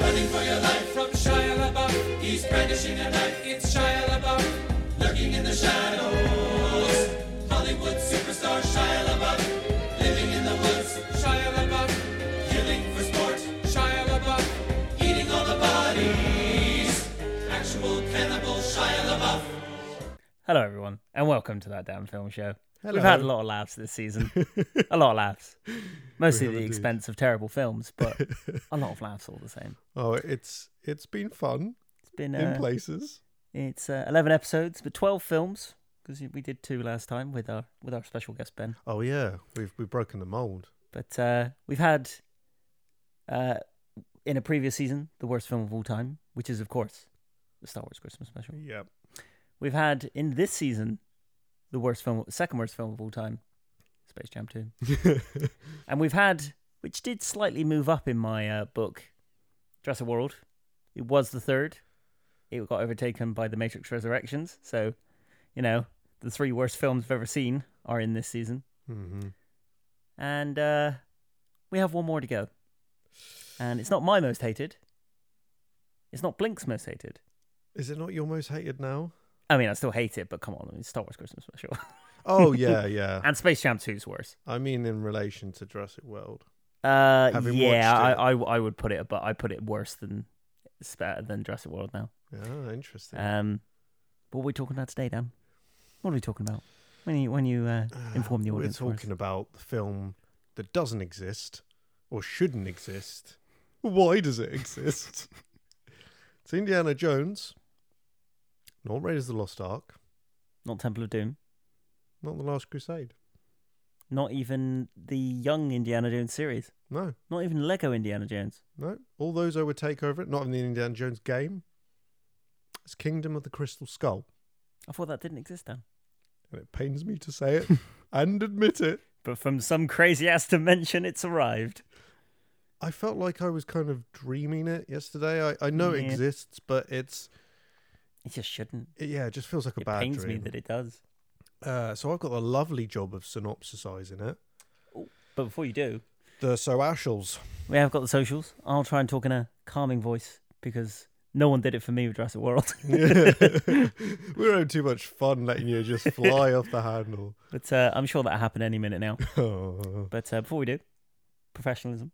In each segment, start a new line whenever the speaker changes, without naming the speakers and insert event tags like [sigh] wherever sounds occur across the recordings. Running for your life from Shia LaBeouf. He's brandishing a knife. It's Shia LaBeouf. Lurking in the shadows. Hollywood superstar Shia LaBeouf. Living in the woods. Shia LaBeouf. Killing for sport. Shia LaBeouf. Eating all the bodies. Actual cannibal Shia LaBeouf.
Hello, everyone, and welcome to that damn film show.
Hello.
We've had a lot of laughs this season. a lot of
[laughs]
laughs. Mostly at
have
the
indeed.
expense of terrible films, but a lot of laughs all the same.
Oh, it's it's been fun
It's been
in
uh,
places.
it's uh, eleven episodes, but twelve films because we did two last time with our with our special guest Ben.
Oh yeah, we've we've broken the mold.
But uh, we've had uh, in a previous season the worst film of all time, which is of course the Star Wars Christmas special.
Yep.
We've had in this season the worst film, second worst film of all time, Space Jam Two. And we've had, which did slightly move up in my uh, book, Jurassic World. It was the third. It got overtaken by The Matrix Resurrections. So, you know, the three worst films I've ever seen are in this season.
hmm
And uh, we have one more to go. And it's not my most hated. It's not Blink's most hated.
Is it not your most hated now?
I mean, I still hate it, but come on, it's Star Wars Christmas Special.
[laughs] Oh yeah, yeah.
and Space Jam 2's worse.
I mean, in relation to Jurassic World.
Uh,
Having
yeah, I,
watched it.
I, I would put it, but I put it worse than than Jurassic World now.
Yeah, Ah, interesting.
Um, what are we talking about today, Dan? What are we talking about? When you when you uh, inform the
We're
audience, for us.
talking about the film that doesn't exist or shouldn't exist. Why does it [laughs] exist? it's Indiana Jones, not Raiders of the Lost Ark,
not Temple of Doom,
not The Last Crusade.
not even the young Indiana Jones series,
No,
not even Lego Indiana Jones.
no. All those I would take over it, not in the Indiana Jones game. It's Kingdom of the Crystal Skull.
I thought that didn't exist, Dan.
And it pains me to
[laughs]
say it and admit it.
But from some crazy ass dimension, it's arrived.
I felt like I was kind of dreaming it yesterday. I, I know it
Yeah.
exists, but it's
It just shouldn't.
it, yeah, it just feels like a
It
bad
pains me
dream.
that it does.
Uh, so I've got the lovely job of synopsisizing it.
But before you do,
The So Ashels.
[laughs]
[laughs]
we have got the socials. I'll try and talk in a calming voice because no one did it for me with Jurassic World. [laughs]
we were having too much fun letting you just fly off the
[laughs]
handle.
but uh, I'm sure that'll happen any minute
[laughs]
now.
Oh.
But uh, before we do, professionalism.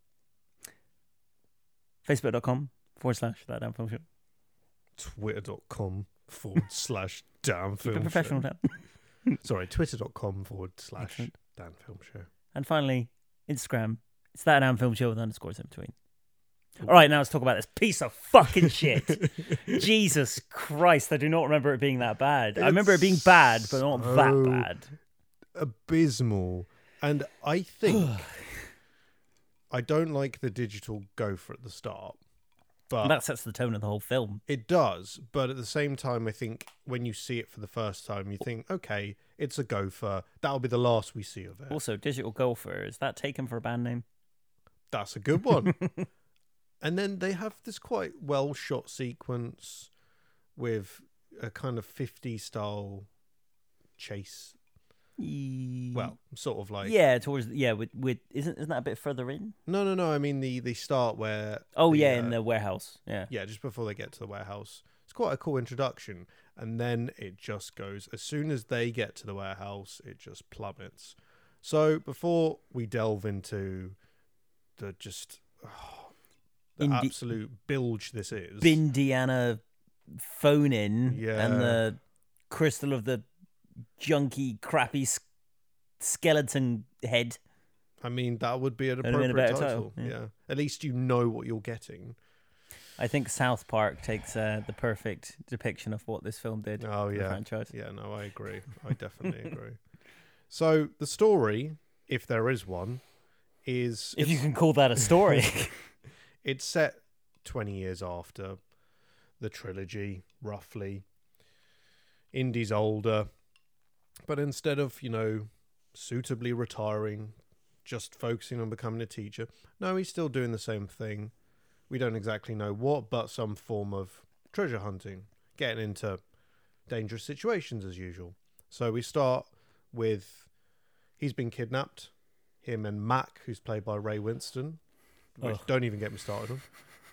Facebook.com forward slash that damn film show.
Twitter.com forward slash damn
Keep
film
it professional,
show.
Dan.
Sorry, twitter.com forward slash
Excellent.
damn film show.
And finally, Instagram. It's that damn film show with underscores in between. All right, now let's talk about this piece of fucking
[laughs]
shit. Jesus Christ, I do not remember it being that bad. I remember it being bad, but not
so-
that bad.
Abysmal. And I think I don't like the digital go for at the start. But
that sets the tone of the whole film.
It does, but at the same time, I think when you see it for the first time, you think, okay, it's a gopher. That'll be the last we see of it.
Also, Digital Golfer, is that taken for a band name?
That's a good one. and then they have this quite well shot sequence with a kind of 50 style chase. Well, sort of like.
yeah, towards yeah, with, with isn't isn't that a bit further in?
No, no, no. I mean, the, the start where.
Oh
the,
yeah,
uh,
in the warehouse. Yeah.
yeah, just before they get to the warehouse. It's quite a cool introduction. And then it just goes, as soon as they get to the warehouse, it just plummets. So before we delve into the just [sighs] oh, the
Indi-
absolute bilge this is,
Bindiana phone in
Yeah.
and the crystal of the junky, crappy s- skeleton head.
I mean, that would be an
have been a
appropriate
better
title.
title, yeah.
yeah. At least you know what you're getting.
I think South Park takes uh, the perfect depiction of what this film did.
Oh
for the
yeah,
franchise.
yeah. No, I agree. I definitely agree. So the story, if there is one, is
If you can call that a
[laughs]
story.
It's set 20 years after the trilogy, roughly. Indy's older, but instead of, you know, suitably retiring, just focusing on becoming a teacher, no, he's still doing the same thing. We don't exactly know what, but some form of treasure hunting, getting into dangerous situations as usual. So we start with he's been kidnapped, him and Mac, who's played by Ray Winston, which
Ugh.
don't even get me started on.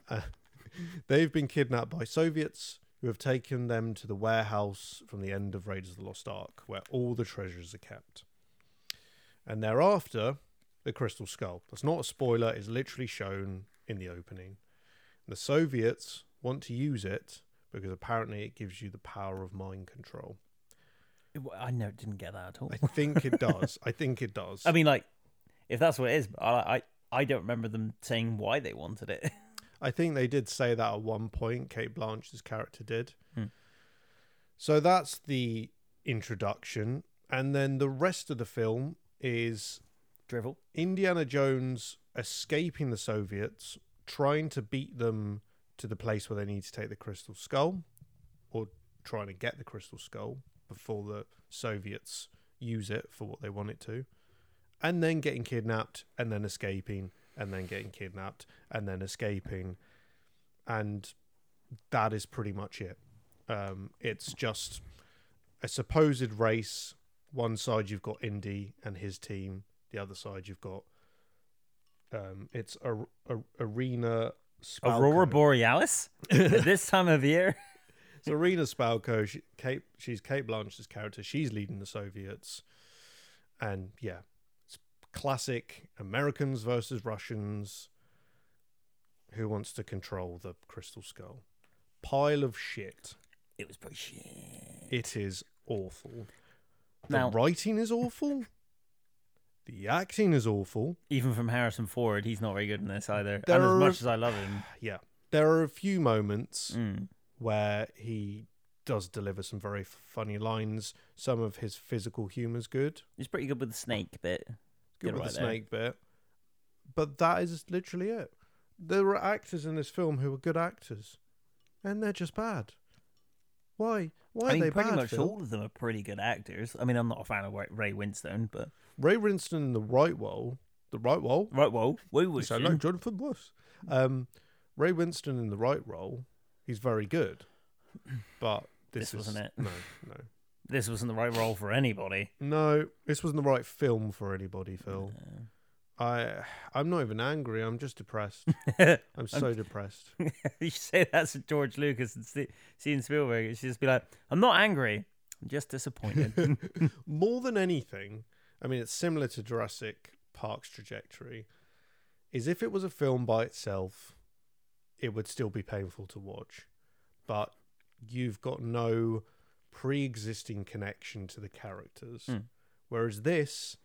Uh, [laughs] They've been kidnapped by Soviets who have taken them to the warehouse from the end of Raiders of the Lost Ark, where all the treasures are kept. And thereafter, the Crystal Skull. That's not a spoiler, it's literally shown in the opening. The Soviets want to use it because apparently it gives you the power of mind control.
I know, didn't get that at all.
I think it does. I think it does.
I mean, like, if that's what it is, I, I, I don't remember them saying why they wanted it. [laughs]
I think they did say that at one point. Kate Blanchett's character did. So that's the introduction, and then the rest of the film is
Drivel.
Indiana Jones escaping the Soviets, trying to beat them to the place where they need to take the crystal skull, or trying to get the crystal skull before the Soviets use it for what they want it to, and then getting kidnapped, and then escaping, and then getting kidnapped, and then escaping. And that is pretty much it. Um, it's just a supposed race. One side you've got Indy and his team. The other side you've got um, it's a, arena. Spalco.
Aurora
[laughs]
Borealis at this time of year.
It's Arena Spalko. She, Kate, she's Kate Blanchett's character. She's leading the Soviets, and yeah, it's classic Americans versus Russians. Who wants to control the Crystal Skull? Pile of shit.
It was pretty shit.
It is awful. The
Now-
writing is awful. The acting is awful.
Even from Harrison Ford, he's not very good in this either.
There
and as
are-
much as I love him,
Yeah, there are a few moments
mm,
where he does deliver some very f- funny lines. Some of his physical humor's good,
he's pretty good with the snake bit.
good
You're
with
right
the
there.
snake bit, but that is literally it. There were actors in this film who were good actors, and they're just bad. Why? Why
I
are
mean,
they
pretty
bad?
much
Phil?
all of them are pretty good actors. I mean, I'm not a fan of Ray- Ray Winstone, but
Ray Winston in the right role, the right role.
right, well, we was
Yes, I like Jonathan Ross. Um, Ray Winston in the right role, he's very good, but
[clears throat]
this,
This wasn't
is,
it.
No, no.
this wasn't the right role for anybody. [laughs]
No, this wasn't the right film for anybody, Phil. I I'm not even angry. I'm
[laughs]
just depressed. I'm so depressed.
you say that's George Lucas and Ste- Steven Spielberg, it should just be like, I'm not angry, I'm just
[laughs]
disappointed.
More than anything, I mean, it's similar to Jurassic Park's trajectory. Is if it was a film by itself, it would still be painful to watch, but you've got no pre-existing connection to the characters.
Mm.
Whereas this,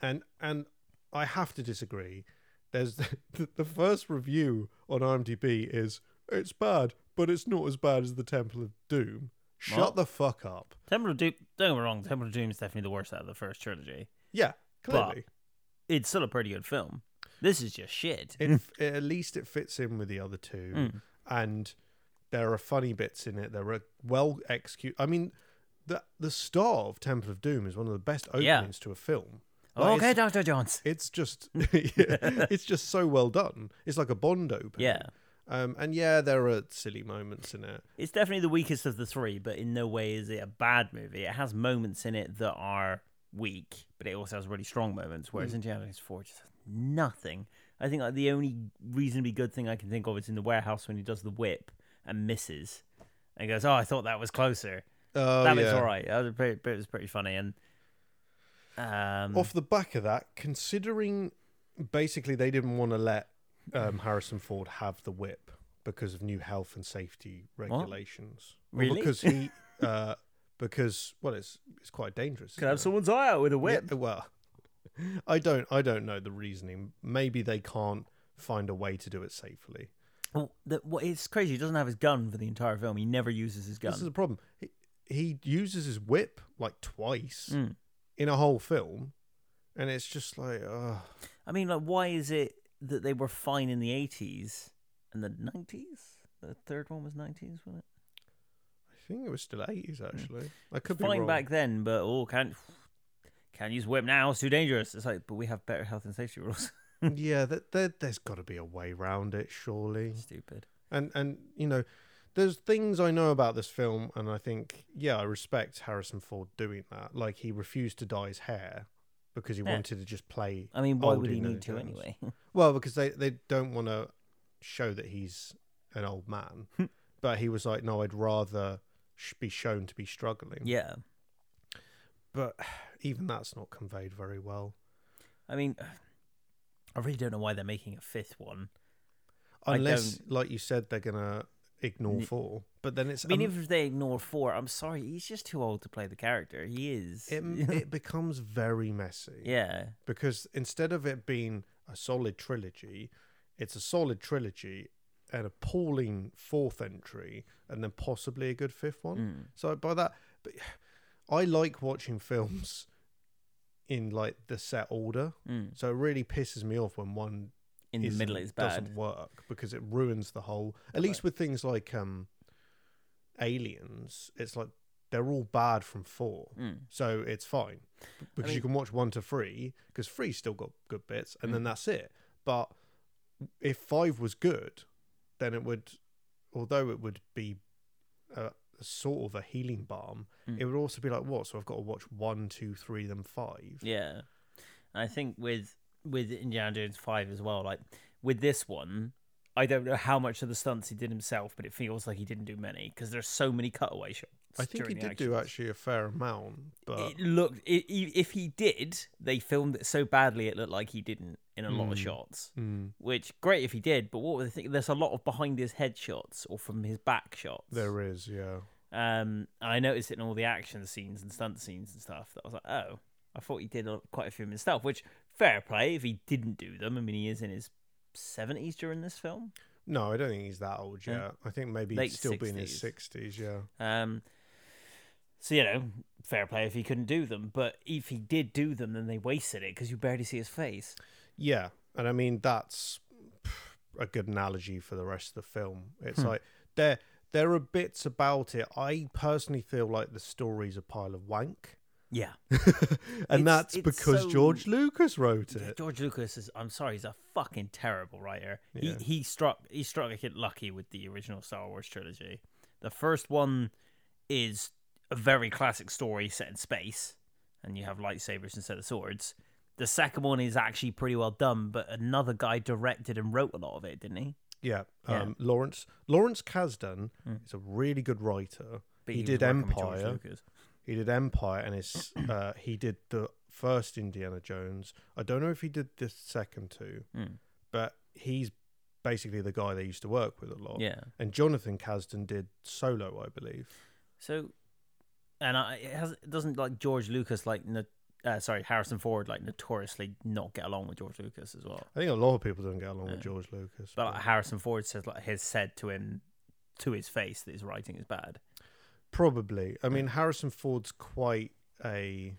and and I have to disagree. There's [laughs] the, the first review on IMDb is it's bad, but it's not as bad as the Temple of Doom. Shut
What?
the fuck up.
Temple of Doom, don't get me wrong, Temple of Doom is definitely the worst out of the first trilogy.
Yeah,
But-
clearly.
It's still a pretty good film. This is just shit.
it, f- it- at least it fits in with the other two
Mm.
and there are funny bits in it there are well executed i mean the the star of temple of doom is one of the best openings
Yeah. Oh,
to a film Like,
okay,
it's,
Dr. Johns.
it's
[laughs]
just [laughs] it's just so well done it's like a bond opening
Yeah.
um and yeah there are silly moments in it
It's definitely the weakest of the three, but in no way is it a bad movie. It has moments in it that are weak, but it also has really strong moments.
Mm.
Whereas Indiana Jones Four just has nothing. I think like the only reasonably good thing I can think of is in the warehouse when he does the whip and misses, and goes, "Oh, I thought that was closer."
oh
that was
yeah.
all right. That was pretty, it was pretty funny, and um,
off the back of that considering basically they didn't want to let um, harrison ford have the whip because of new health and safety regulations Well,
Really?
because he
[laughs]
uh, because well it's it's quite dangerous
could
isn't
have
it?
someone's eye out with a
Yeah,
whip.
well [laughs] i don't i don't know the reasoning maybe they can't find a way to do it safely
Oh, the, what, it's crazy. He doesn't have his gun for the entire film. He never uses his gun.
this is the problem he, he uses his whip like twice
Mm.
in a whole film and it's just like uh
I mean, like, why is it that they were fine in the eighties and the nineties? The third one was nineties, wasn't it?
I think it was still 80s actually. I could be
Fine
wrong.
Hmm. back then, but oh, can't can't use whip now. It's too dangerous. It's like, but we have better health and safety rules.
[laughs]
[laughs]
yeah, that there, there's got to be a way round it, surely.
Stupid.
And and you know, there's things I know about this film, and I think yeah, I respect Harrison Ford doing that. Like he refused to dye his hair because he
Yeah.
wanted to just play.
I mean, why
old
would he [laughs]
Indiana
need to
Jones.
anyway?
Well, because they they don't want to show that he's an
[laughs]
old
Hmm.
man, but he was like, no, I'd rather sh- be shown to be struggling.
Yeah.
But [sighs] even that's not conveyed very well.
I mean, [sighs] I really don't know why they're making a fifth one. I
Unless, like you said, they're gonna ignore four. But then it's
I mean,
um,
if they ignore four, I'm sorry, he's just too old to play the character. He is.
it, it becomes very messy.
[laughs] yeah.
because instead of it being a solid trilogy, it's a solid trilogy, an appalling fourth entry, and then possibly a good fifth one.
Mm.
So by that, but [sighs] I like watching films in like the set order.
Mm.
So it really pisses me off when one
In the
isn't-
middle, it's
doesn't
bad.
work because it ruins the whole. At least with things like um, Aliens, it's like they're all bad from four,
Mm.
so it's fine B- because you
mean-
can watch one to three because three's still got good bits, and
Mm.
then that's it. But if five was good, then it would, although it would be a, a sort of a healing balm,
Mm.
it would also be like what? So I've got to watch one, two, three, then five.
Yeah. I think with with Indiana Jones 5 as well, like with this one, I don't know how much of the stunts he did himself, but it feels like he didn't do many because there's so many cutaway shots.
I think he
during the
did do
actions.
actually a fair amount, but
it looked i i- if he did they filmed it so badly it looked like he didn't in a lot of shots
Mm.
which great if he did but what were the thing there's a lot of behind his head shots or from his back shots
there is, yeah.
um i noticed it in all the action scenes and stunt scenes and stuff that i was like oh i thought he did a- quite a few himself which fair play if he didn't do them i mean he is in his 70s during this film
No, I don't think he's that old yet.
Yeah.
I think maybe
Late
he'd still be in his sixties. Yeah,
um so you know fair play if he couldn't do them but if he did do them then they wasted it because you barely see his face
yeah, and I mean that's a good analogy for the rest of the film. It's
Hmm.
like there there are bits about it. I personally feel like the story's a pile of wank,
yeah
and
It's-
that's
it's
because
so-
George Lucas wrote
Yeah,
it.
George Lucas is. I'm sorry, he's a fucking terrible writer.
Yeah.
He he struck he struck a kid lucky with the original Star Wars trilogy. The first one is a very classic story set in space, and you have lightsabers instead of swords. The second one is actually pretty well done, but another guy directed and wrote a lot of it, didn't he?
Yeah,
Yeah. Hmm.
Um, Lawrence Lawrence Kasdan is a really good writer.
But
he
was
did
working with George
Empire.
Lucas.
He did Empire, and his [clears throat] uh, he did the first Indiana Jones. I don't know if he did the second two,
Mm.
but he's basically the guy they used to work with a lot.
Yeah.
And Jonathan Kasdan did Solo, I believe.
So, and I, it has it doesn't like George Lucas like no, uh, sorry Harrison Ford like notoriously not get along with George Lucas as well.
I think a lot of people don't get along with
Yeah.
George Lucas.
But like, Harrison Ford says like has said to him to his face that his writing is bad.
probably, I mean, Harrison Ford's quite a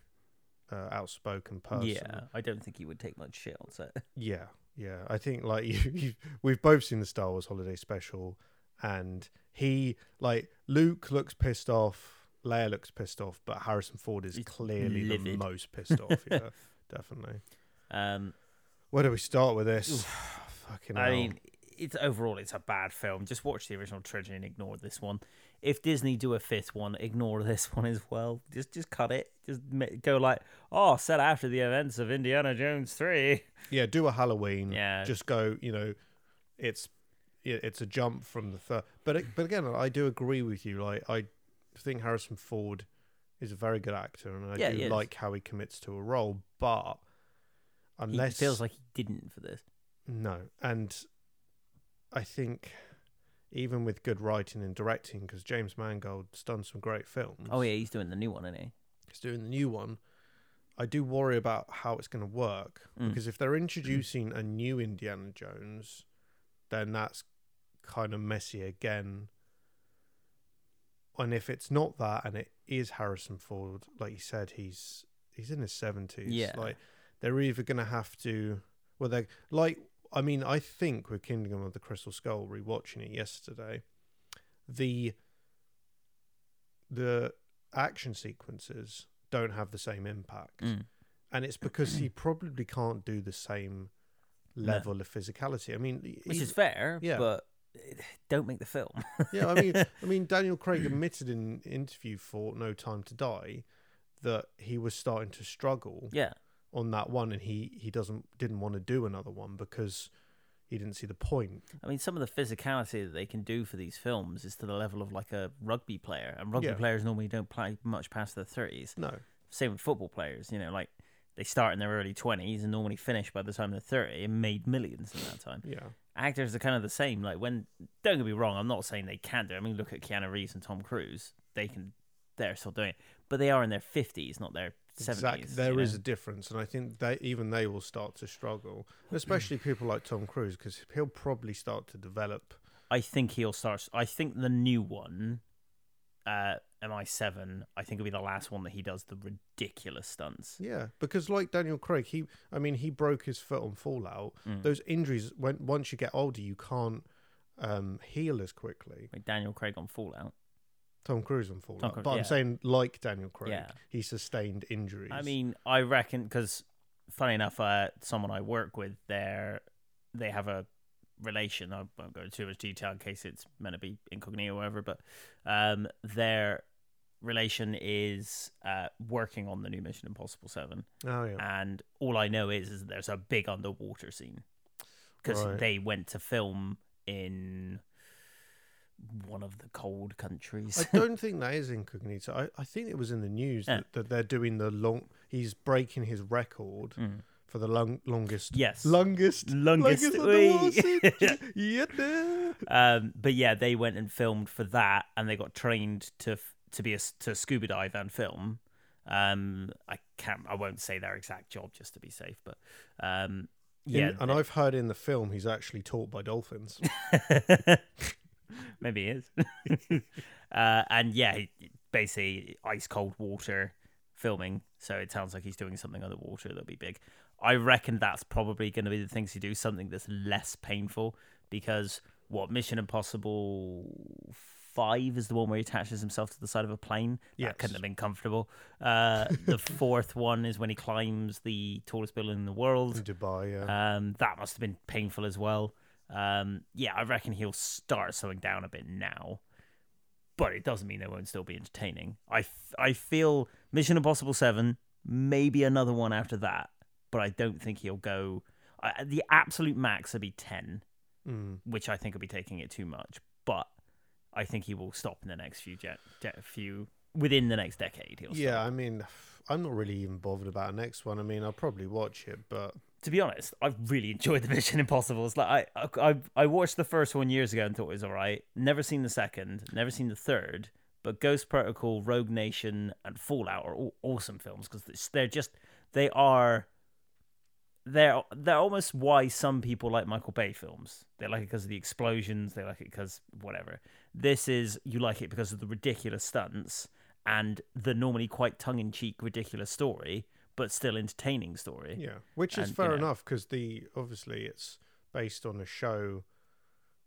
uh, outspoken person.
Yeah, I don't think he would take much shit on set.
Yeah, yeah. I think like [laughs] you, you we've both seen the Star Wars Holiday Special, and he like Luke looks pissed off, Leia looks pissed off, but Harrison Ford is
He's
clearly the
livid.
most pissed off.
[laughs]
Yeah, definitely.
Um,
Where do we start with this? [sighs] Fucking hell.
I mean, it's overall it's a bad film. Just watch the original trilogy and ignore this one. If Disney do a fifth one, ignore [laughs] this one as well. Just just cut it. Just ma- go like, oh, set after the events of Indiana Jones three. [laughs]
yeah, do a Halloween.
Yeah.
just go. You know, it's it- it's a jump from the third. But it- but again, I do agree with you. Like I think Harrison Ford is a very good actor, and I
Yeah, he
do
is.
like how he commits to a role. But
He
unless
feels like he didn't for this.
no, and I think even with good writing and directing, because James Mangold's done some great films.
Oh yeah, he's doing the new one, isn't he?
He's doing the new one. I do worry about how it's going to work
Mm.
because if they're introducing a new Indiana Jones, then that's kind of messy again. And if it's not that, and it is Harrison Ford, like you said, he's he's in his seventies.
Yeah.
like they're either going to have to, well, they are like, I mean, I think with Kingdom of the Crystal Skull, rewatching it yesterday, the the action sequences don't have the same impact.
Mm.
And it's because
[clears throat]
he probably can't do the same
No.
level of physicality. I mean,
Which
he-
is fair,
yeah.
but eh, don't make the film.
[laughs] yeah, I mean, I mean, Daniel Craig admitted in an interview for No Time to Die that he was starting to struggle
[laughs] yeah.
on that one, and he he doesn't didn't want to do another one because he didn't see the point.
I mean, some of the physicality that they can do for these films is to the level of like a rugby player, and rugby
Yeah.
players normally don't play much past their thirties.
No,
Same with football players, you know, like they start in their early twenties and normally finish by the time they're thirty and made millions in that time.
yeah,
Actors are kind of the same. Like when, don't get me wrong, I'm not saying they can do. it. I mean, look at Keanu Reeves and Tom Cruise; they can, they're still doing it, but they are in their fifties, not their seventies.
exactly. There is a difference, and I think they even they will start to struggle, especially people like Tom Cruise, because he'll probably start to develop.
I think he'll start. I think the new one, uh, MI7, I think will be the last one that he does the ridiculous stunts.
Yeah, because like Daniel Craig, he I mean he broke his foot on Fallout.
Mm.
Those injuries when once you get older, you can't um, heal as quickly.
Like Daniel Craig on Fallout.
Tom Cruise on Fallout,
Cruise,
but
yeah.
I'm saying like Daniel Craig,
Yeah.
he sustained injuries.
I mean, I reckon because, funny enough, uh, someone I work with there, they have a relation. I won't go into too much detail in case it's meant to be incognito or whatever. But um, their relation is uh, working on the new Mission Impossible Seven.
oh yeah,
and all I know is, is that there's a big underwater scene because
Right.
they went to film in one of the cold [laughs] countries.
I don't think that is incognito. I, I think it was in the news
Yeah.
that, that they're doing the long. He's breaking his record for the long, longest.
Mm. Yes.
Longest.
Longest [laughs]
underwater
week.
scene. yeah. duh.
um, but yeah, they went and filmed for that, and they got trained to f- to be a s- to scuba dive and film. Um, I can't, I won't say their exact job just to be safe, but um, yeah,
In- and I've heard in the film he's actually taught
[laughs]
by dolphins.
Maybe it is. [laughs] uh, and yeah, he- basically ice cold water filming. So it sounds like he's doing something underwater that'll be big. I reckon that's probably going to be the things he do, something that's less painful because what Mission Impossible 5 is the one where he attaches himself to the side of a plane.
Yes.
That couldn't have been comfortable. Uh, the [laughs] fourth one is when he climbs the tallest building in the world.
in Dubai. Yeah.
Um, that must have been painful as well. Um, yeah, I reckon he'll start slowing down a bit now, but it doesn't mean they won't still be entertaining. I, f- I feel Mission Impossible Seven, maybe another one after that, but I don't think he'll go. I the absolute max would be ten,
Mm.
which I think would be taking it too much. But I think he will stop in the next few jet, jet few within the next decade. He'll
Yeah. I mean, I'm not really even bothered about the next one. I mean, I'll probably watch it, but
to be honest, I've really enjoyed the [laughs] Mission Impossibles. Like I, I, I watched the first one years ago and thought it was alright. Never seen the second, never seen the third. But Ghost Protocol, Rogue Nation, and Fallout are all awesome films because they're just they are they're they're almost why some people like Michael Bay films. They like it because of the explosions. They like it because whatever. This is you like it because of the ridiculous stunts and the normally quite tongue in cheek ridiculous story, but still entertaining story.
yeah, which
And,
is
you
fair
know.
enough 'cause enough because the obviously it's based on a show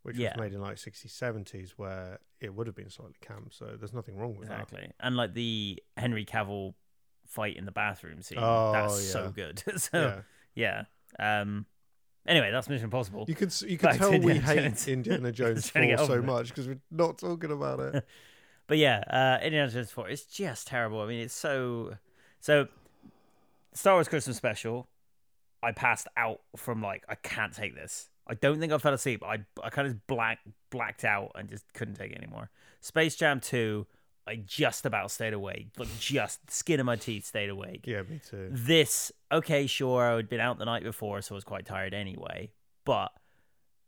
which
Yeah.
was made in like 60s 70s where it would have been slightly camp so there's nothing wrong with that
Exactly. And like the Henry Cavill fight in the bathroom scene.
Oh,
that's so
yeah.
good. [laughs] so yeah. Um anyway, that's Mission Impossible.
You can s- you can
Back to
tell we
Indiana
hate
Jones. [laughs]
Indiana Jones
Trying to get
4
over
so
it.
much because we're not talking about it.
[laughs] But yeah, uh Indiana Jones 4 it's just terrible. I mean, it's so so Star Wars Christmas special, I passed out from like I can't take this. I don't think I fell asleep. I I kind of black blacked out and just couldn't take it anymore. Space Jam 2, I just about stayed awake. Like just skin of my teeth stayed awake.
yeah, me too.
this okay sure i'd been out the night before so i was quite tired anyway but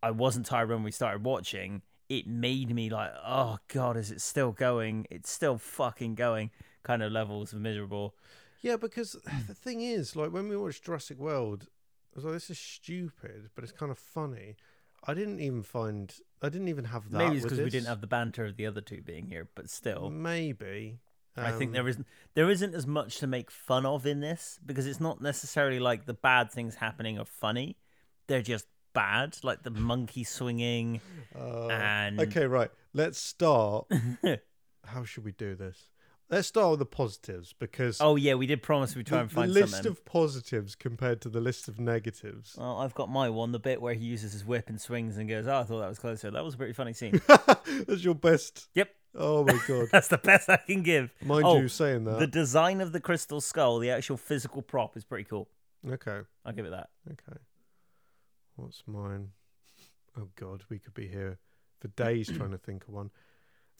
i wasn't tired when we started watching it made me like oh god is it still going it's still fucking going kind of levels of miserable
Yeah, because the thing is, like when we watched Jurassic World, I was like, this is stupid, but it's kind of funny. I didn't even find, I didn't even have that.
maybe it's
with
because we
this.
didn't have the banter of the other two being here but still
Maybe.
I think
Um,
there isn't there isn't as much to make fun of in this because it's not necessarily like the bad things happening are funny. They're just bad, like the monkey swinging.
uh,
and-
okay, right. Let's start.
[laughs]
How should we do this? Let's start with the positives because
Oh yeah, we did promise we'd try
the,
and
the
find
list
something.
of positives compared to the list of negatives.
Well, I've got my one, the bit where he uses his whip and swings and goes, Oh, I thought that was closer. That was a pretty funny scene.
[laughs] That's your best.
yep.
Oh my god.
[laughs] That's the best I can give.
Mind
Oh,
you, saying
The
that.
design of the crystal skull, the actual physical prop, is pretty cool.
Okay.
I'll give it that.
Okay. What's mine? Oh God, we could be here for days trying to think of one.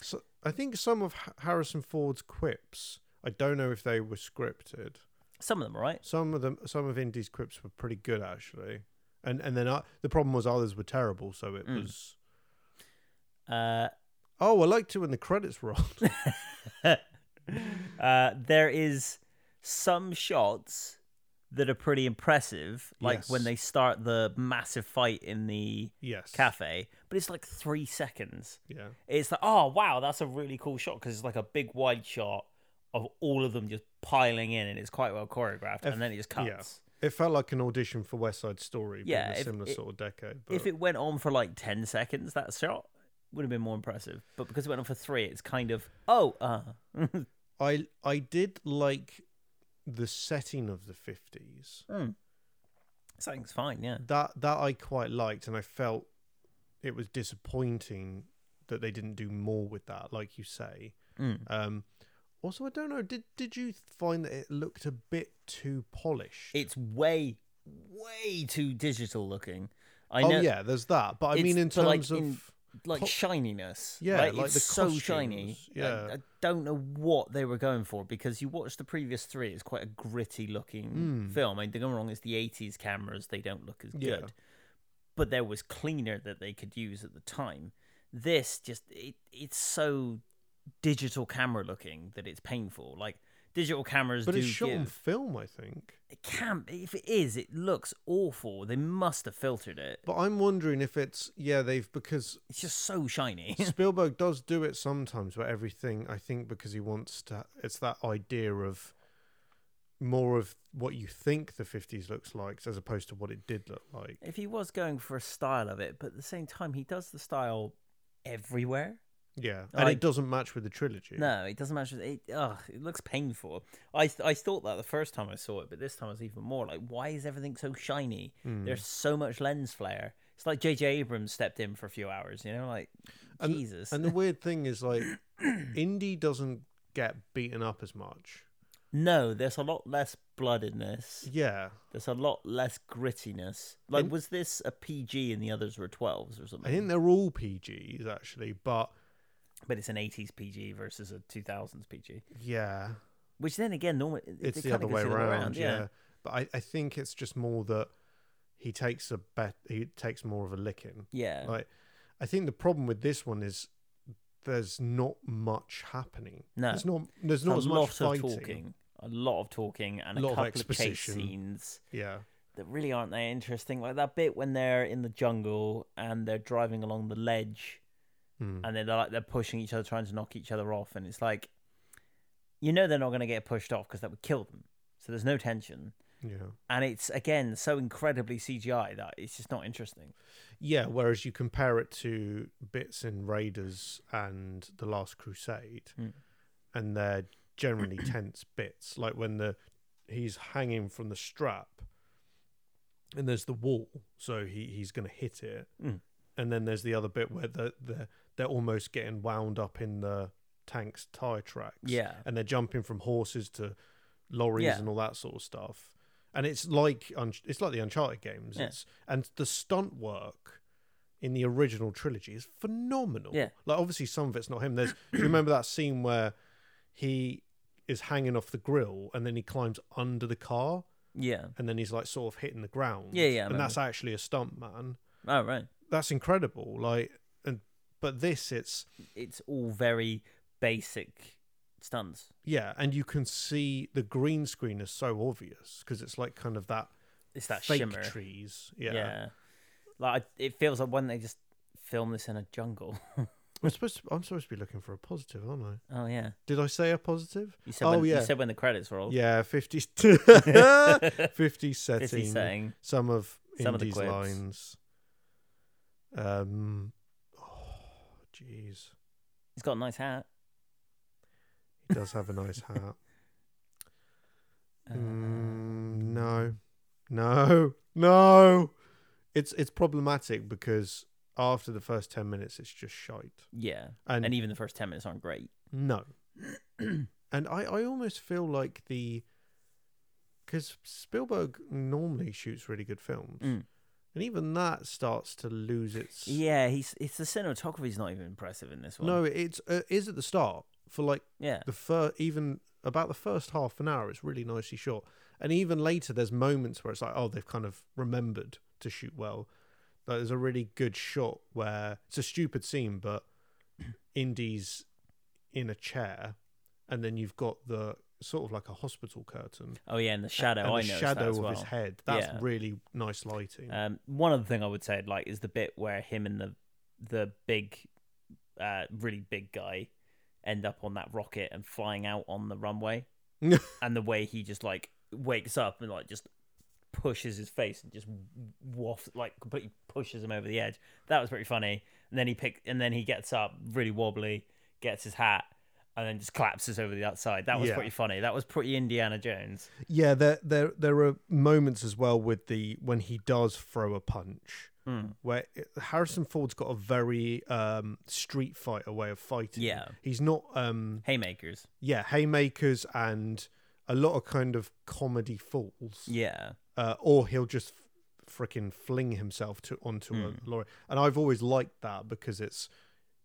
So I think some of Ha- Harrison Ford's quips. I don't know if they were scripted.
Some of them, are right?
Some of them, some of Indy's quips were pretty good actually, and and then I, the problem was others were terrible. So it
Mm.
was.
Uh,
Oh, I liked it when the credits rolled.
uh, there is some shots that are pretty impressive, like when
Yes.
they start the massive fight in the
[laughs] yes.
cafe, but it's like three seconds.
Yeah.
It's like, oh wow, that's a really cool shot because it's like a big wide shot of all of them just piling in, and it's quite well choreographed, and then it just cuts.
yeah. It felt like an audition for West Side Story, but
Yeah,
in a
if
similar
it-
sort of decade. But
If it went on for like ten seconds, that shot would have been more impressive. But because it went on for three, it's kind of oh, uh, [laughs]
I I did like the setting of the fifties.
something's fine, yeah.
That that I quite liked, and I felt it was disappointing that they didn't do more with that, like you say.
Mm.
Um, also, I don't know. Did did you find that it looked a bit too polished?
It's way, way too digital looking. I
oh
know.
yeah, there's that. But I
it's-
mean, in
but, like,
terms of
in- like
co-
shininess.
Yeah,
like,
like
it's
the
so shiny.
costumes,
I-
yeah.
I, don't know what they were going for because you watch the previous three, it's quite a gritty looking film. I mean, don't get me wrong, it's the eighties cameras; they don't look as
Hmm. Yeah.
good. But there was cleaner that they could use at the time. This just it, it's so digital camera looking that it's painful. Like digital cameras
but
do
it's shot on
give-
film, I think.
it can if it is, it looks awful. They must have filtered it.
But I'm wondering if it's yeah they've because
It's just so shiny. [laughs]
[laughs] Spielberg does do it sometimes where everything I think because he wants to it's that idea of more of what you think the 50s looks like as opposed to what it did look like.
if he was going for a style of it, but at the same time, he does the style everywhere.
Yeah. And
Like-
it doesn't match with the trilogy.
No, it doesn't matter. It ugh, it looks painful. I I thought that the first time I saw it, but this time I was even more like, why is everything so shiny?
Hmm.
There's so much lens flare. It's like J.J. Abrams stepped in for a few hours. You know, like
And-
Jesus.
And the weird thing is like [coughs] indie doesn't get beaten up as much.
no, there's a lot less blood in this.
Yeah.
There's a lot less grittiness. Like, was this a PG and the others were 12s or
I
something?
think they're all PGs actually, but
But it's an 80s PG versus a 2000s PG.
yeah.
Which then again, normally
it's the other way around, yeah. But I, I think it's just more that he takes a bet he takes more of a licking.
yeah,
Like, I think the problem with this one is there's not much happening.
No.
there's not. There's
a
not as
lot
much
of
fighting.
talking, a lot of talking, and a
Lot of
couple of, chase
exposition.
scenes
Yeah,
that really aren't that interesting. Like that bit when they're in the jungle and they're driving along the ledge,
Hmm.
and they're like they're pushing each other, trying to knock each other off, and it's like, you know, they're not going to get pushed off because that would kill them. So there's no tension,
yeah,
and it's again so incredibly CGI that it's just not interesting.
yeah. Whereas you compare it to bits in Raiders and The Last Crusade,
Hmm.
and they're generally [clears throat] tense bits, like when the he's hanging from the strap, and there's the wall, so he he's gonna hit it,
Hmm.
and then there's the other bit where the the they're almost getting wound up in the tank's tire tracks.
Yeah.
and they're jumping from horses to lorries
Yeah.
and all that sort of stuff. And it's like un- it's like the Uncharted games.
Yeah.
It's and the stunt work in the original trilogy is phenomenal.
Yeah.
like obviously some of it's not him. There's do you remember that scene where he is hanging off the grill and then he climbs under the car
Yeah.
and then he's like sort of hitting the ground.
Yeah, yeah, I
And that's actually a stunt man.
All Oh, right.
That's incredible. Like and but this it's
It's all very basic stunts.
yeah, and you can see the green screen is so obvious because it's like kind of that
It's that
fake
shimmer.
trees.
Yeah.
Yeah.
Like I- it feels like when they just film this in a jungle. [laughs]
I'm supposed to I'm supposed to be looking for a positive, aren't I?
oh yeah.
Did I say a positive?
You said
oh
when
yeah.
you said when the credits rolled. [laughs]
yeah, [laughs] 50, 50 setting. [laughs]
50 setting.
Some of
Some of the
Indy's
quips.
lines. Um oh jeez.
He's got a nice hat.
He does have
[laughs]
a nice hat.
Uh,
Mm, no, no, no. It's it's problematic because after the first ten minutes, it's just shite.
Yeah.
And,
And, even the first 10 minutes aren't great. [clears throat]
no, and I I almost feel like the because Spielberg normally shoots really good films.
Mm.
and even that starts to lose its.
Yeah, he's it's the cinematography's not even impressive in this one.
No, it's uh, is at the start for like
Yeah.
the fir- even about the first half an hour. It's really nicely shot, and even later there's moments where it's like, oh, they've kind of remembered to shoot well. Like, There's a really good shot where it's a stupid scene, but [clears throat] Indy's in a chair, and then you've got the sort of like a hospital curtain
Oh yeah, and the shadow.
and
I
the
noticed
shadow
that as
of
well.
his head. That's
Yeah.
really nice lighting.
Um, one other thing I would say I'd like is the bit where him and the the big, uh, really big guy end up on that rocket and flying out on the runway, and the way he just like wakes up and like just pushes his face and just wafts like completely pushes him over the edge. That was pretty funny. And then he pick and then he gets up really wobbly, gets his hat. And then just collapses over the outside. That was
Yeah.
pretty funny. That was pretty Indiana Jones.
Yeah, there there there are moments as well with the when he does throw a punch,
Hmm.
where it- Harrison Ford's got a very um, Street Fighter way of fighting.
Yeah.
he's not. Um,
Haymakers.
yeah, haymakers and a lot of kind of comedy falls,
Yeah.
uh, or he'll just freaking fling himself to onto
Hmm.
a lorry. And I've always liked that because it's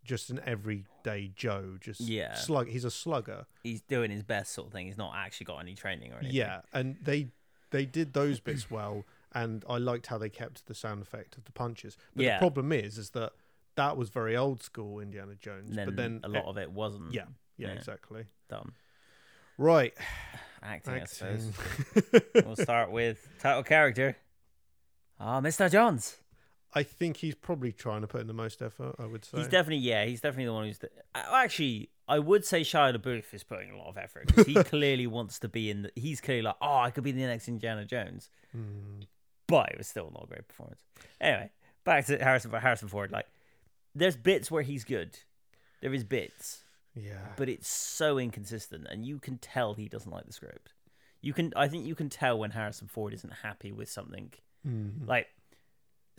just an everyday Joe. Just
Yeah.
slug. He's a slugger.
he's doing his best sort of thing. He's not actually got any training or anything.
Yeah, and they they did those bits well, and I liked how they kept the sound effect of the punches. But
Yeah.
the problem is, is that that was very old school Indiana Jones.
And then,
but then
a lot of it wasn't
yeah, yeah,
yeah.
exactly.
done.
Right,
Acting, I suppose.
acting. [laughs]
we'll start with title character. Ah, Mr. Jones.
I think he's probably trying to put in the most effort. I would say
He's definitely yeah. He's definitely the one who's the, I- actually. I would say Shia LaBeouf is putting a lot of effort because
[laughs]
he clearly wants to be in. The, he's clearly like, oh, I could be the next Indiana Jones.
Hmm.
But it was still not a great performance. Anyway, back to Harrison Harrison Ford. Like, there's bits where he's good. There is bits.
yeah,
but it's so inconsistent and you can tell he doesn't like the script you can i think you can tell when harrison ford isn't happy with something like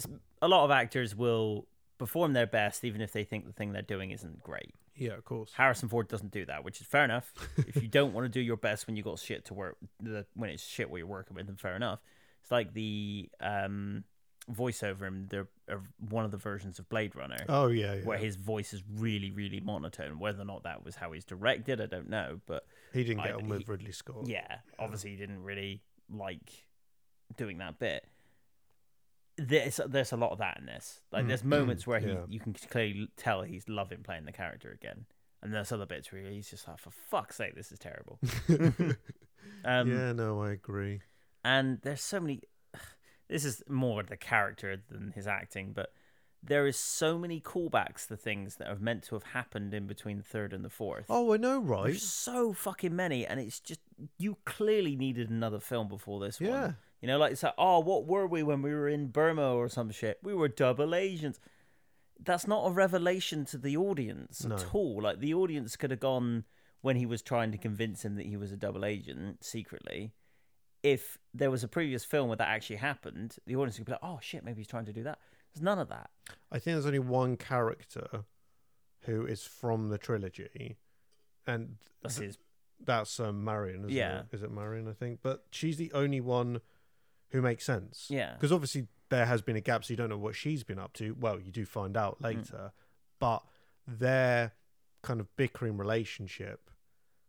s- a lot of actors will perform their best even if they think the thing they're doing isn't great
yeah, of course.
harrison ford doesn't do that which is fair enough if you don't want to do your best when you got shit to work the, when it's shit what you're working with then fair enough it's like the um voiceover in the uh, one of the versions of blade runner
Oh yeah,
where
yeah.
his voice is really, really monotone. Whether or not that was how he's directed, I don't know. But
he didn't
I-
get on
he-
with Ridley Scott. [laughs]
yeah, [laughs] obviously he didn't really like doing that bit. There's there's a lot of that in this. Like there's moments where he
Mm, yeah.
you can clearly tell he's loving playing the character again, and there's other bits where he's just like, for fuck's sake, this is
[laughs]
terrible. um,
yeah, no, I agree.
and there's so many [sighs] this is more the character than his acting but there is so many callbacks to things that are meant to have happened in between the third and the fourth
Oh, I know, right?
there's so fucking many and it's just you clearly needed another film before this
Yeah.
one you know like it's like oh what were we when we were in burma or some shit we were double agents that's not a revelation to the audience
No.
at all like the audience could have gone when he was trying to convince him that he was a double agent secretly if there was a previous film where that actually happened, the audience could be like, "Oh shit, maybe he's trying to do that." There's none of that.
I think there's only one character who is from the trilogy, and
That's his.
that's um, Marion, isn't
Yeah.
it? Is it Marion, I think? But she's the only one who makes sense.
Yeah.
Because obviously there has been a gap, so you don't know what she's been up to. Well, you do find out
Mm.
later. But their kind of bickering relationship,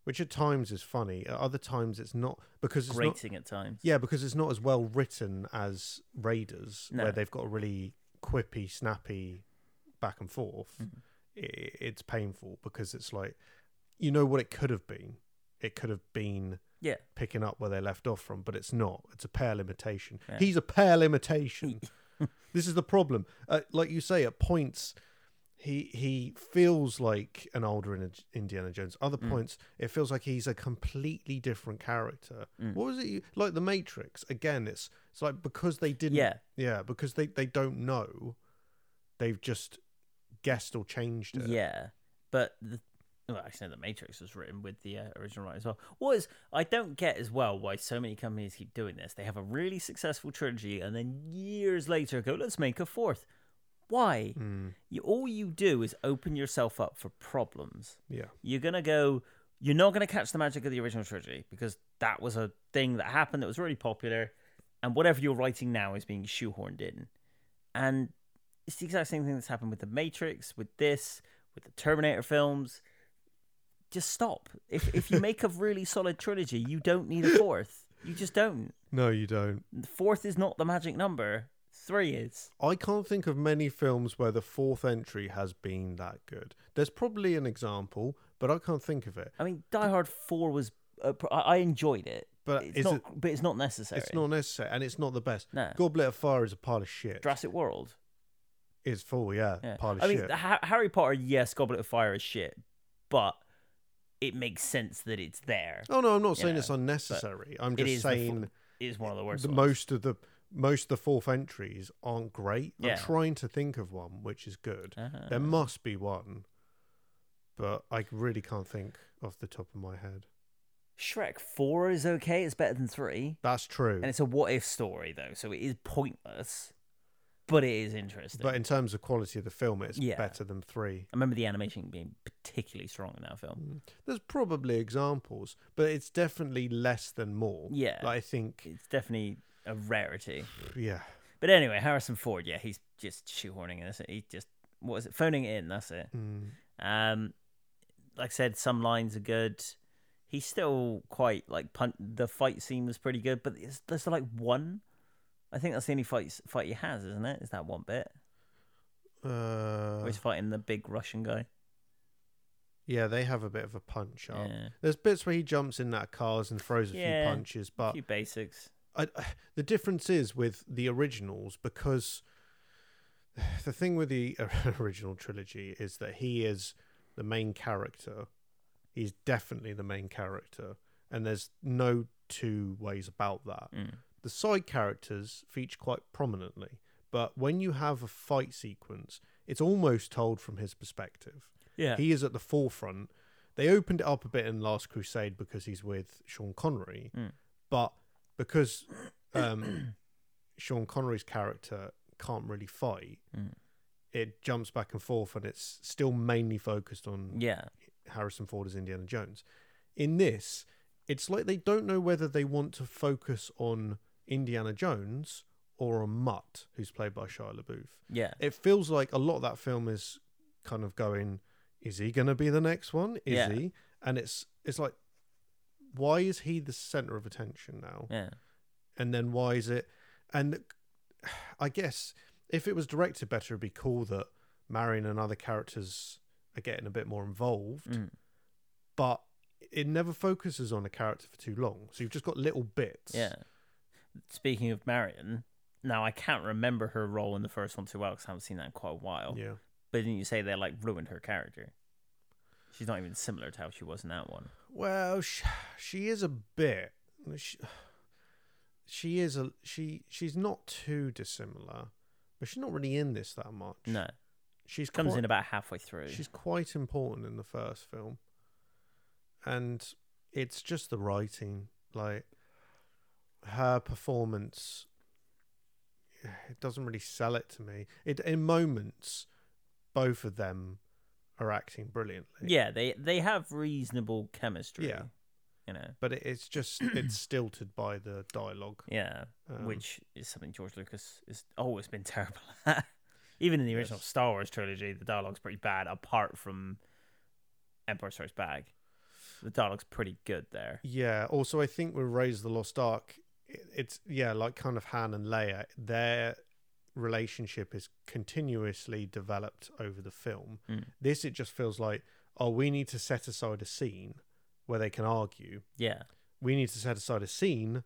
which at times is funny, at other times it's not because it's not
grating at times.
yeah, because it's not as well written as Raiders,
No.
where they've got a really quippy, snappy back and forth. I it's painful because it's like, you know what it could have been. It could have been
Yeah,
picking up where they left off from, but it's not. It's a pale imitation.
Yeah.
He's a
[laughs]
pale imitation. this is the problem. Uh, like you say, at points he he feels like an older in- Indiana Jones. Other
Mm.
points, it feels like he's a completely different character.
Mm.
What was it? You, like the Matrix again. It's it's like because they didn't.
Yeah.
yeah. Because they they don't know. They've just guessed or changed it.
yeah. But the, well, actually, no, the Matrix was written with the uh, original writer as well. What is I don't get as well why so many companies keep doing this. They have a really successful trilogy, and then years later go, "Let's make a fourth. Why?
Hmm. Mm,
You, all you do is open yourself up for problems.
Yeah.
you're gonna go you're not gonna catch the magic of the original trilogy because that was a thing that happened that was really popular and whatever you're writing now is being shoehorned in And it's the exact same thing that's happened with The Matrix, with this, with the Terminator films. Just stop. If, if you
[laughs]
make a really solid trilogy, you don't need a fourth. You just don't.
No, you don't.
Fourth is not the magic number, three is.
I can't think of many films where the fourth entry has been that good. There's probably an example, but I can't think of it.
I mean, Die Hard 4 was. Uh, pro- I I enjoyed it.
But
it's
is
not,
it-
but it's not necessary.
It's not necessary, and it's not the best.
No.
Goblet of Fire is a pile of shit.
Jurassic World.
it's full, yeah,
Yeah.
pile of
I mean,
shit.
the Ha- Harry Potter, yes, Goblet of Fire is shit, but it makes sense that it's there.
oh no, I'm not saying
know,
it's unnecessary. I'm
It
just
is the fo-
saying
it is one of the worst.
the
ones.
most of the most of the fourth entries aren't great.
Yeah.
I'm trying to think of one which is good.
Ah.
There must be one, but I really can't think off the top of my head.
Shrek Four is okay. It's better than three,
That's true.
and it's a what if story though, so it is pointless, but it is interesting.
But in terms of quality of the film, it's
Yeah.
better than three.
I remember the animation being particularly strong in that film.
There's probably examples, but it's definitely less than more.
Yeah.
Like, I think,
It's definitely a rarity.
yeah.
But anyway, Harrison Ford, yeah, he's just shoehorning in this. He just what is it? Phoning it in. That's it.
Mm.
Um, like I said, some lines are good. He's still quite like punt. The fight scene was pretty good, but it's, there's like one. I think that's the only fight fight he has, isn't it? Is that one bit where
Uh,
he's fighting the big Russian guy?
yeah, they have a bit of a punch up.
Yeah.
There's bits where he jumps in that cars and throws a
Yeah.
few punches, but
Few basics.
I, the difference is with the originals because the thing with the [laughs] original trilogy is that he is the main character. He's definitely the main character, and there's no two ways about that. The side characters feature quite prominently, but when you have a fight sequence, it's almost told from his perspective.
Yeah.
He is at the forefront. They opened it up a bit in Last Crusade because he's with Sean Connery,
Hmm.
but because um, [coughs] Sean Connery's character can't really fight,
Hmm.
it jumps back and forth, and it's still mainly focused on
yeah.
Harrison Ford as Indiana Jones. In this, it's like they don't know whether they want to focus on Indiana Jones or on Mutt, who's played by Shia LaBeouf
Yeah.
it feels like a lot of that film is kind of going is he going to be the next one is
Yeah.
he and it's it's like why is he the center of attention now
Yeah.
and then why is it and i guess if it was directed better it'd be cool that marion and other characters are getting a bit more involved
Mm.
but it never focuses on a character for too long so you've just got little bits
Yeah. Speaking of Marion, now I can't remember her role in the first one too well because I haven't seen that in quite a while.
yeah
But didn't you say they like ruined her character? She's not even similar to how she was in that one.
Well, she, she is a bit. She, she is a she. She's not too dissimilar, but she's not really in this that much.
No,
she's
comes
quite,
in about halfway through.
She's quite important in the first film, and it's just the writing, like her performance. It doesn't really sell it to me. It in moments, both of them are acting brilliantly.
yeah, they they have reasonable chemistry.
Yeah.
you know,
but it, it's
[clears throat]
just it's stilted by the dialogue.
yeah,
Um,
which is something George Lucas has always been [laughs] terrible at. Even in the original
Yes.
Star Wars trilogy, the dialogue's pretty bad. Apart from Empire Strikes Back, the dialogue's pretty good there.
Yeah. Also, I think with Raise the Lost Ark, it- it's yeah, like kind of Han and Leia, their relationship is continuously developed over the film.
Mm.
This it just feels like oh, we need to set aside a scene where they can argue.
Yeah,
We need to set aside a scene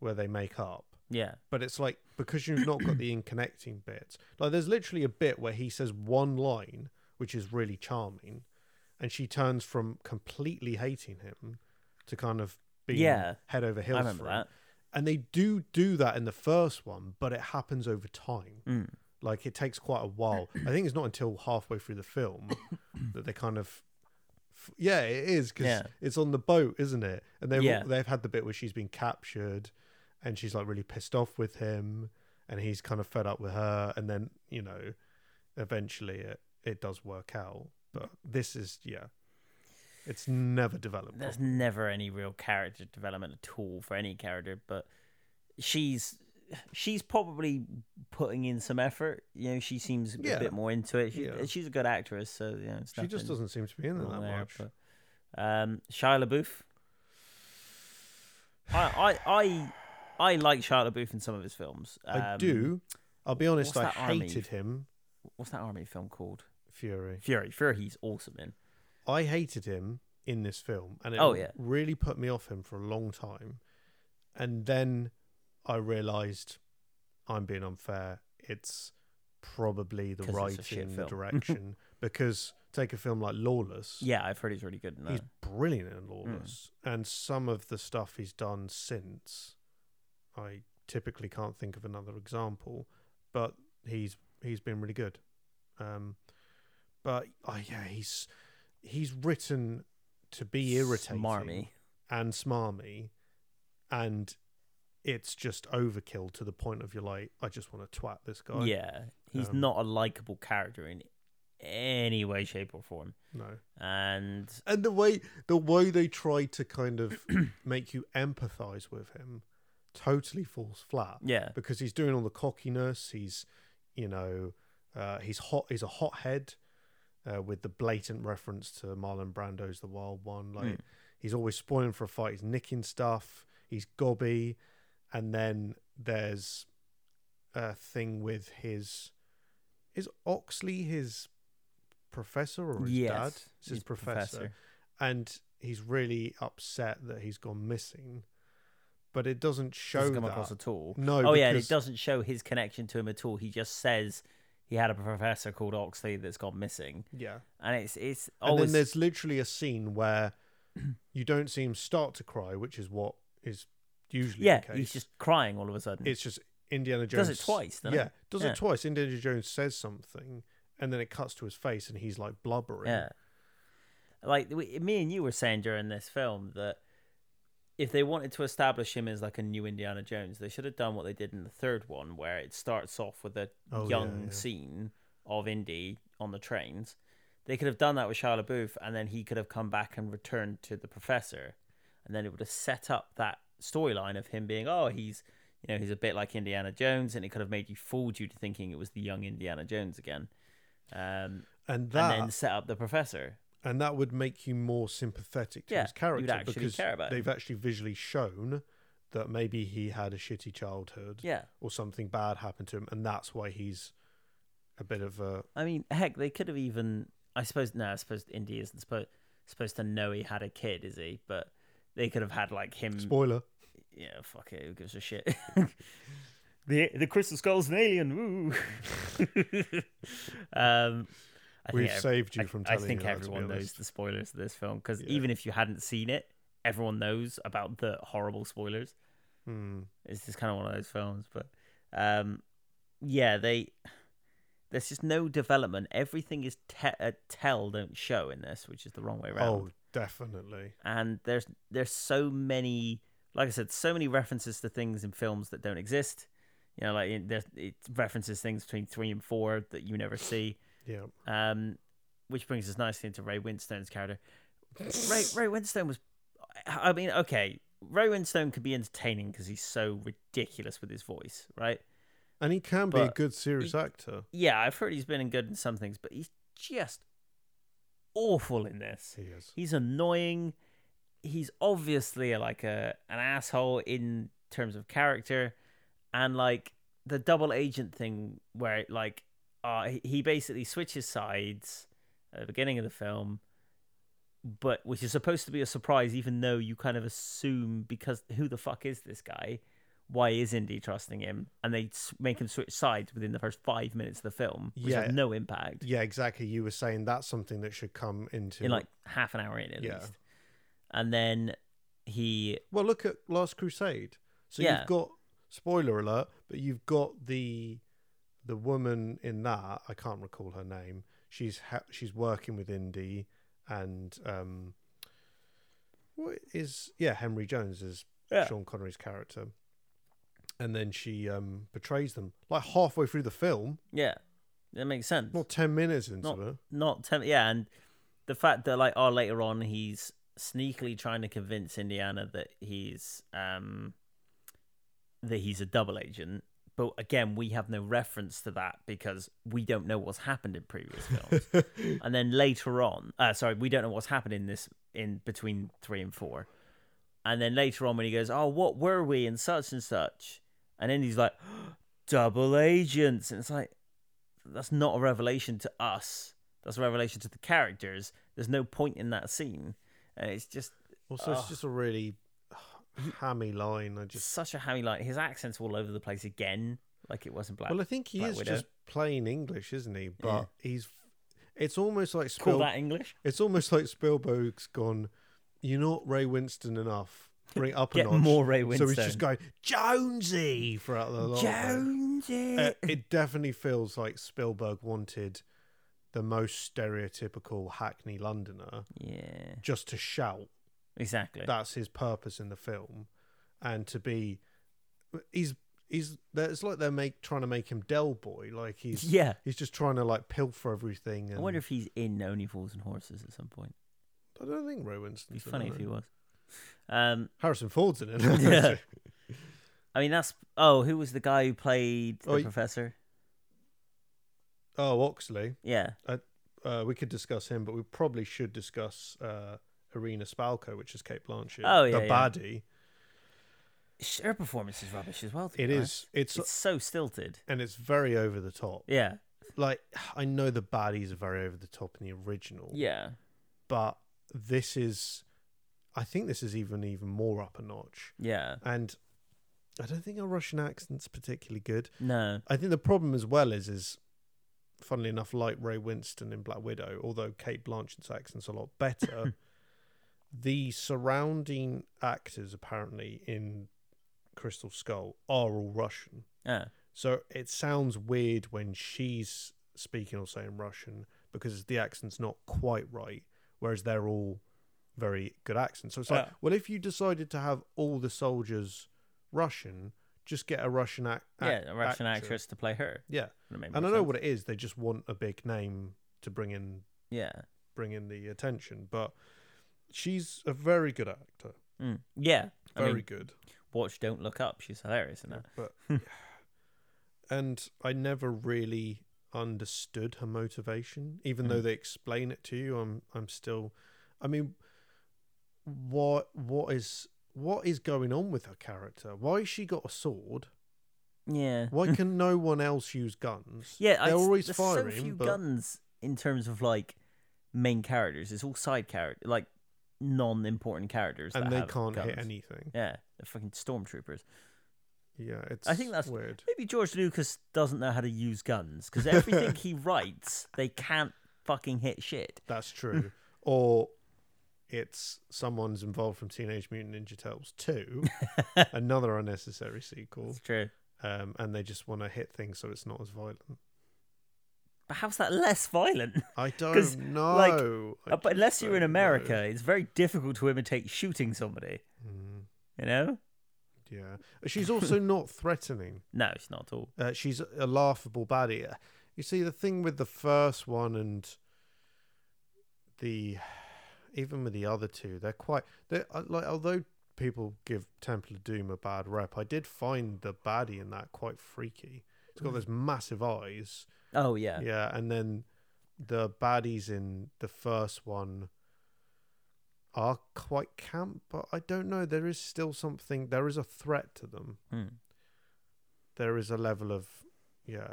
where they make up.
yeah,
But it's like because you've not got
[clears throat]
the in connecting bits. Like there's literally a bit where he says one line which is really charming, and she turns from completely hating him to kind of being
Yeah.
head over
I
heels
remember
for him.
that.
And they do do that in the first one, but it happens over time.
Mm.
Like it takes quite
[coughs]
a while. I think it's not until halfway through the film that they kind of. f- Yeah, it is because
Yeah.
it's on the boat, isn't it? And they've
Yeah.
they've had the bit where she's been captured, and she's like really pissed off with him, and he's kind of fed up with her, and then you know, eventually it it does work out. But this is yeah, it's never developed.
There's never any real character development at all for any character, but she's she's probably putting in some effort. You know, she seems a
Yeah.
bit more into it. She,
Yeah.
She's a good actress, so you know, it's
She just
nothing
doesn't seem to be in it that
wrong there,
much.
but, um, Shia LaBeouf. I, I I I like Shia LaBeouf in some of his films.
I
Um,
do. I'll be honest. I
what's that army?
hated him.
What's that army film called?
Fury.
Fury. Fury. He's awesome in.
I hated him in this film, and it
Oh, yeah.
really put me off him for a long time. And then I realised I'm being unfair. It's probably the
'Cause it's a shit
writing, the
film. [laughs]
direction. because take a film like Lawless.
Yeah, I've heard he's really good in that.
He's brilliant
Hmm.
in Lawless, and some of the stuff he's done since. I typically can't think of another example, but he's he's been really good. Um, but oh yeah, he's he's written to be irritating
Smarmy.
and smarmy, and it's just overkill to the point of you're like, I just want to twat this guy.
Yeah, he's
Um,
not a likable character in any way, shape, or form.
no.
And
and the way the way they try to kind of [clears throat] make you empathize with him totally falls flat
yeah,
because he's doing all the cockiness he's you know uh, he's hot he's a hothead uh, with the blatant reference to marlon brando's the wild one like
Hmm.
he's always spoiling for a fight he's nicking stuff he's gobby and then there's a thing with his is oxley his professor or his dad
yes,
it's his
he's
professor and he's really upset that he's gone missing. But it doesn't show
doesn't come
that.
across at all.
No,
Oh yeah, and
because-
it doesn't show his connection to him at all. He just says he had a professor called Oxley that's gone missing,
yeah,
and it's it's
and
always
then there's literally a scene where [clears throat] you don't see him start to cry, which is what is usually
yeah,
the case.
he's just crying all of a sudden.
it's just Indiana Jones
Does it twice, doesn't
yeah,
it?
does
Yeah.
it twice. Indiana Jones says something, and then it cuts to his face, and he's like blubbering.
yeah, like we, me and you were saying during this film that if they wanted to establish him as like a new Indiana Jones, they should have done what they did in the third one, where it starts off with a
Oh, yeah,
young
yeah.
scene of Indy on the trains. They could have done that with Shia LaBeouf, and then he could have come back and returned to the professor, and then it would have set up that storyline of him being, oh, he's you know he's a bit like Indiana Jones, and it could have made you fooled you to thinking it was the young Indiana Jones again, um,
and that
and then set up the professor.
and that would make you more sympathetic to
Yeah,
his
you'd
character
actually
because
care about
they've actually visually shown that maybe he had a shitty childhood
Yeah,
or something bad happened to him, and that's why he's a bit of a
I mean, heck, they could have even. I suppose no. I suppose Indy isn't supposed supposed to know he had a kid, is he? But they could have had like him.
spoiler.
yeah, fuck it. Who gives a
[laughs]
shit? the the crystal skull's an alien. Woo. [laughs] um, I
We've
ev-
saved you
I-
from
I
telling
think
you that, to be
everyone knows
honest.
the spoilers of this film because
Yeah.
even if you hadn't seen it, everyone knows about the horrible spoilers
Hmm.
it's just kind of one of those films but um yeah they there's just no development everything is te- uh, tell don't show in this which is the wrong way around
Oh, definitely.
and there's there's so many like i said so many references to things in films that don't exist you know like it- there's it references things between three and four that you never see
Yeah.
um, which brings us nicely into Ray Winstone's character. Ray, Ray Winstone was, I mean, okay, Ray Winstone could be entertaining because he's so ridiculous with his voice, right?
And he can be a
But
good serious actor.
Yeah, I've heard he's been in good in some things, but he's just awful in this.
He is.
He's annoying. He's obviously like a an asshole in terms of character, and like the double agent thing where like uh, he- he basically switches sides at the beginning of the film, but which is supposed to be a surprise, even though you kind of assume because who the fuck is this guy? Why is Indy trusting him? And they s- make him switch sides within the first five minutes of the film, which
Yeah.
has no impact
Yeah, exactly. You were saying that's something that should come into
in like half an hour in at
Yeah.
least. And then he
Well, look at Last Crusade. So
Yeah.
you've got spoiler alert, but you've got the the woman in that. I can't recall her name. She's ha- she's working with Indy and um, what is yeah Henry Jones is
Yeah.
Sean Connery's character, and then she um, betrays them like halfway through the film,
yeah, that makes sense.
not ten minutes into
Not-
it.
Not tem- yeah, and the fact that like oh later on he's sneakily trying to convince Indiana that he's um that he's a double agent. But again, we have no reference to that because we don't know what's happened in previous films. and then later on, uh, sorry, we don't know what's happened in this in between three and four. And then later on, when he goes, "Oh, what were we?" and such and such, and then he's like, [gasps] "Double agents," and it's like that's not a revelation to us. That's a revelation to the characters. There's no point in that scene, and it's just
Also,
Ah.
it's just
[sighs]
a really hammy line. I just
such a hammy like his accent's all over the place again like it was in black
Well, I think he
Black
is
Widow.
just plain English, isn't he? But he's. It's almost like
call
Spiel-
that english
It's almost like Spielberg's gone. You're not Ray Winston enough. Bring it up
Get
a notch.
more Ray
So he's
Winston.
just going Jonesy throughout the lot.
jonesy
Uh, it definitely feels like Spielberg wanted the most stereotypical Hackney Londoner
yeah
just to shout.
exactly
That's his purpose in the film, and to be, he's he's. It's like they're make trying to make him Del Boy. Like he's
yeah
He's just trying to like pilfer everything. And
i wonder if he's in only fools and horses at some point
I don't think Ray
it'd be
Winston's in
funny
it.
if he was um
Harrison Ford's in it.
[laughs]
[laughs]
Yeah. i mean that's oh who was the guy who played the
Oh, y-
professor
oh, Oxley.
yeah
Uh, we could discuss him, but we probably should discuss uh, Irina Spalko, which is Kate Blanchett.
Oh, yeah,
the
yeah.
baddie.
Sh- her performance is rubbish as well to
It
be
is.
honest.
It's,
it's so stilted
and it's very over the top.
yeah
Like I know the baddies are very over the top in the original.
yeah
but this is, I think this is even even more up a notch.
yeah
And I don't think our Russian accent's particularly good.
no
I think the problem as well is is funnily enough, like Ray Winston in Black Widow, although Kate Blanchett's accent's a lot better, the surrounding actors apparently in Crystal Skull are all Russian.
Ah,
So it sounds weird when she's speaking or saying Russian because the accent's not quite right, whereas they're all very good accents. So it's like,
Yeah.
well, if you decided to have all the soldiers Russian, just get a Russian ac-
yeah
ac-
a russian
actress.
actress to play her
Yeah,
Would've made
and I
more
know
sense.
what it is. They just want a big name to bring in
yeah
bring in the attention. But she's a very good actor,
Mm. Yeah. I
very
mean,
good.
watch Don't Look Up. She's hilarious in that.
[laughs] But and I never really understood her motivation, even
Mm.
though they explain it to you. I'm I'm still, I mean, what what is what is going on with her character? Why has she got a sword?
Yeah. [laughs]
Why can no one else use guns?
Yeah. I,
they're always
there's
firing.
so few
but
guns in terms of like main characters. It's all side character, like non-important characters,
and
that
they
have
can't hit
guns.
anything.
Yeah, they're fucking stormtroopers.
Yeah, it's.
I think that's
weird.
Maybe George Lucas doesn't know how to use guns because
[laughs]
everything he writes, they can't fucking hit shit. [laughs]
That's true. or it's someone's involved from Teenage Mutant Ninja Turtles
[laughs]
2, another unnecessary sequel,
It's true.
um, and they just want to hit things so it's not as violent.
But how's that less violent?
I
'Cause,
don't
like,
know. I
but unless
just
you're in
don't know.
America, it's very difficult to imitate shooting somebody.
Mm,
You know?
yeah. She's also not threatening.
No, it's not at all.
Uh, she's a laughable baddie. You see, the thing with the first one and the even with the other two, they're quite they are like although people give Temple of Doom a bad rep, I did find the baddie in that quite freaky. It's got those massive eyes,
Oh
yeah. and then the baddies in the first one are quite camp, but I don't know. There is still something. There is a threat to them
Hmm.
there is a level of yeah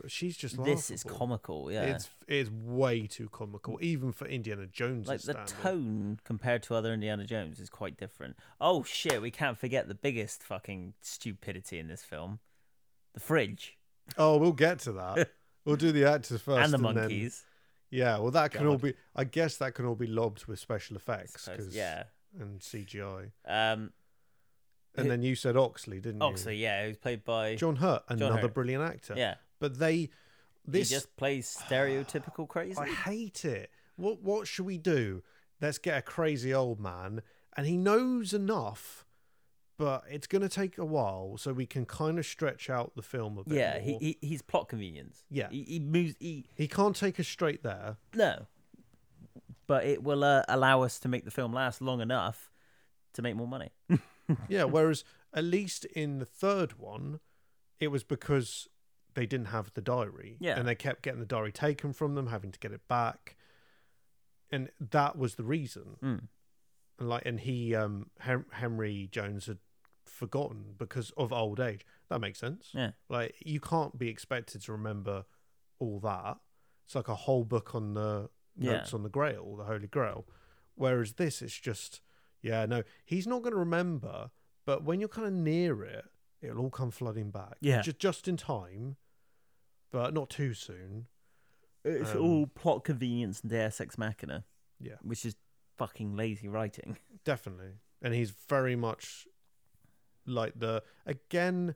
but she's just
this is
laughable.
comical yeah
it's it's way too comical even for indiana jones
like the
standard.
tone compared to other indiana jones is quite different oh shit we can't forget the biggest fucking stupidity in this film the fridge
oh we'll get to
[laughs]
that we'll do the actors first
and the
then-
monkeys
yeah well that can all be i guess that can all be lobbed with special effects
Suppose-
'cause-
yeah
and cgi
um
and then you said oxley didn't you
oxley yeah who's played by
john hurt another
Hurt.
brilliant actor
yeah
but they this
he just plays stereotypical crazy
[sighs] I hate it. What what should we do? Let's get a crazy old man, and he knows enough, but it's going to take a while, so we can kind of stretch out the film a bit.
yeah he,
more.
he he's plot convenience
Yeah.
he, he moves he
He can't take us straight there.
no but it will uh, allow us to make the film last long enough to make more money
yeah. Whereas at least in the third one, it was because they didn't have the diary.
Yeah.
And they kept getting the diary taken from them, having to get it back. And that was the reason.
Mm.
And like and he um Hen- Henry Jones had forgotten because of old age. That makes sense.
Yeah.
Like you can't be expected to remember all that. It's like a whole book on the
Yeah.
notes on the Grail, the Holy Grail. Whereas this, it's just, yeah, no, he's not going to remember. But when you're kind of near it, it'll all come flooding back.
Yeah.
just just in time, but not too soon.
It's
Um,
all plot convenience and Deus Ex Machina.
Yeah.
Which is fucking lazy writing.
Definitely. And he's very much like the again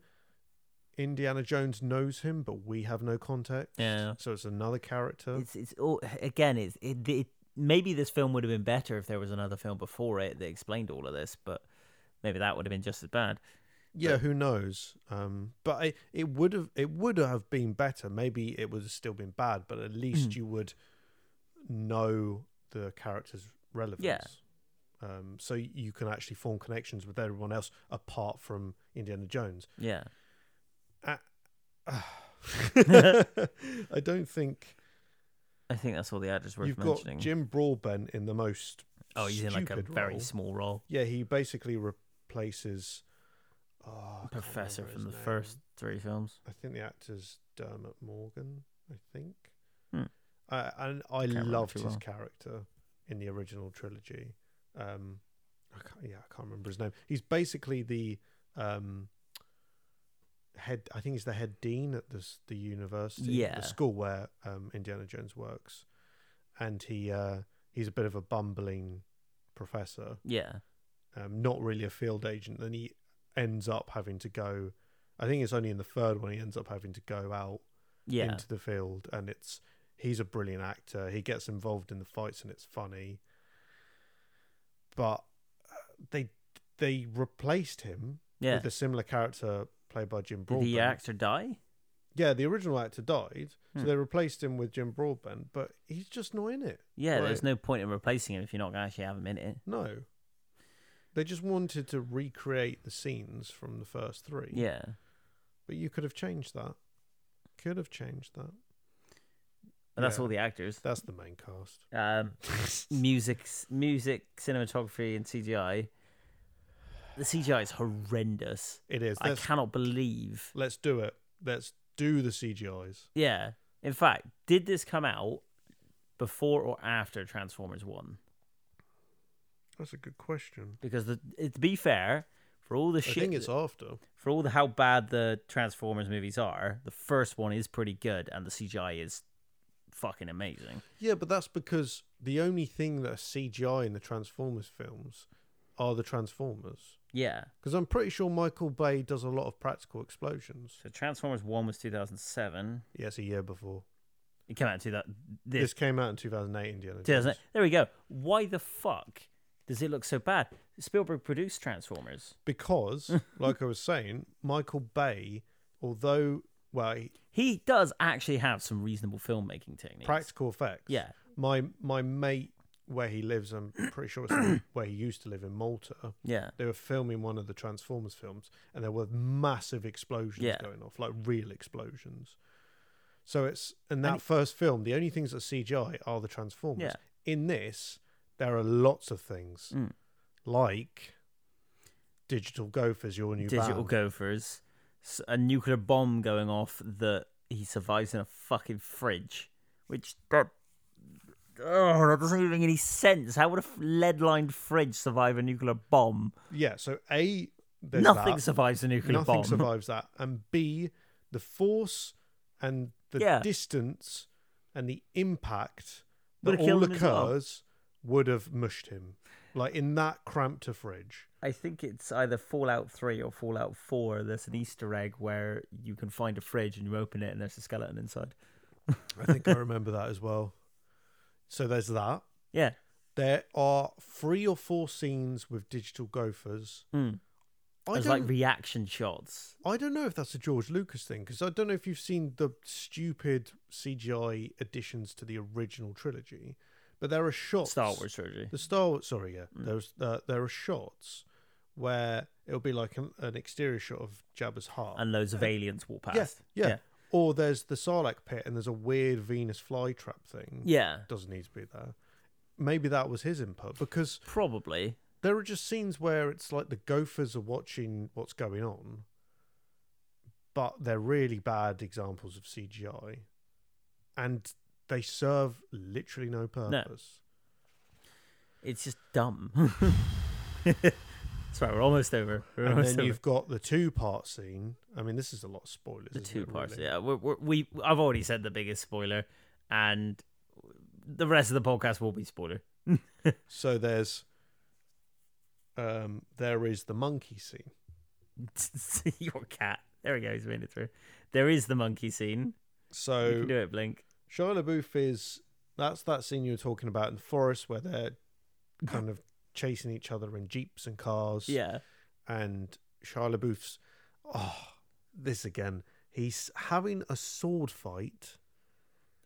Indiana Jones knows him, but we have no context.
Yeah.
So it's another character.
It's it's all again. It's it, it. Maybe this film would have been better if there was another film before it that explained all of this, but maybe that would have been just as bad.
yeah, who knows? Um but it, it would have it would have been better. Maybe it would have still been bad, but at least
Hmm.
you would know the character's relevance. Um, so you can actually form connections with everyone else apart from Indiana Jones.
[laughs] Yeah.
I don't think
I think that's all the actors worth
You've
mentioning.
got Jim Broadbent in the most.
oh, he's in like a
stupid
very
role.
small role.
Yeah, he basically replaces. Oh, I can't
Professor
remember
from the
his name.
first three films.
I think the actor's Dermot Morgan. I think.
Hmm.
I and I
remember
loved
too
his
well.
character in the original trilogy. Um, I can't, yeah, I can't remember his name. He's basically the um, head. I think he's the head dean at the s- the university,
Yeah.
the school where um, Indiana Jones works, and he uh, he's a bit of a bumbling professor,
Yeah.
um, not really a field agent. Then he ends up having to go. I think it's only in the third one he ends up having to go out
Yeah.
into the field and it's he's a brilliant actor he gets involved in the fights and it's funny but uh, they they replaced him
yeah.
with a similar character played by Jim
Did
Broadbent
the actor die?
yeah the original actor died so
Hmm.
they replaced him with Jim Broadbent but he's just not in it
Yeah, there's
Like-
no point in replacing him if you're not going to actually have him in it.
no they just wanted to recreate the scenes from the first three
Yeah.
but you could have changed that could have changed that
But that's
Yeah.
all the actors.
that's the main cast
Um,
[laughs]
music, music, cinematography, and CGI. The CGI is horrendous.
it is
I
Let's-
cannot believe.
Let's do it. Let's do the CGIs.
Yeah. In fact, did this come out before or after Transformers 1?
That's a good question.
Because the, it, to be fair, for all the
I
shit,
think it's after.
for all the how bad the Transformers movies are, the first one is pretty good, and the CGI is fucking amazing.
Yeah, but that's because the only thing that are CGI in the Transformers films are the Transformers.
Yeah.
Because I'm pretty sure Michael Bay does a lot of practical explosions.
So Transformers 1 was 2007.
Yes, a year before.
It came out to that
This,
this
came out in 2008, Indiana. Jones.
2008. There we go. Why the fuck does it look so bad? Spielberg produced Transformers.
Because,
[laughs]
like I was saying, Michael Bay, although, well, he-
He does actually have some reasonable filmmaking techniques.
practical effects.
Yeah.
My my mate, where he lives, I'm pretty sure
[coughs]
it's where he used to live in Malta.
Yeah.
they were filming one of the Transformers films, and there were massive explosions
Yeah.
going off, like real explosions. So it's in that first film, the only things that CGI are the Transformers.
Yeah.
In this, there are lots of things
Mm.
like digital gophers, your new
Digital
band.
gophers. s- A nuclear bomb going off that he survives in a fucking fridge. Which that Oh, that doesn't even make any sense. How would a lead lined fridge survive a nuclear bomb?
yeah. So a there's
Nothing
that.
survives a nuclear
nothing
bomb. [laughs]
survives that, and b the force and the
Yeah.
distance and the impact
Would've
that all
killed him as well.
occurs would have mushed him, like in that cramped a fridge.
I think it's either Fallout 3 or Fallout 4. There's an Easter egg where you can find a fridge and you open it and there's a skeleton inside.
I think I remember that as well. So there's that.
Yeah.
There are three or four scenes with digital gophers.
Mm.
I
There's
don't,
like reaction shots.
I don't know if that's a George Lucas thing because I don't know if you've seen the stupid CGI additions to the original trilogy, but there are shots
Star Wars Mm. trilogy.
The Star Wars, sorry, yeah. There's uh, there are shots where it'll be like an, an exterior shot of Jabba's heart.
and loads of aliens walk
yeah,
past.
yeah, Or there's the Sarlacc pit, and there's a weird Venus flytrap thing.
Yeah,
doesn't need to be there. Maybe that was his input because
probably.
there are just scenes where it's like the gophers are watching what's going on, but they're really bad examples of CGI, and they serve literally
[laughs]
no purpose.
It's just dumb. [laughs] Sorry, we're almost over. We're
And
almost
then
over.
[laughs] you've got the two-part scene. I mean, this is a lot of spoilers.
the
isn't
two
it,
parts.
really?
Yeah, we're, we're, we I've already said the biggest spoiler, and the rest of the podcast will be spoiler. [laughs]
So there's, um, there is the monkey scene.
Your cat. There we go. He's made it through. There is the monkey scene.
So
You can do it, Blink.
Shia LaBeouf is that's that scene you were talking about in the forest where they're kind of chasing each other in jeeps and cars.
Yeah.
And Shia LaBeouf's oh this again. He's having a sword fight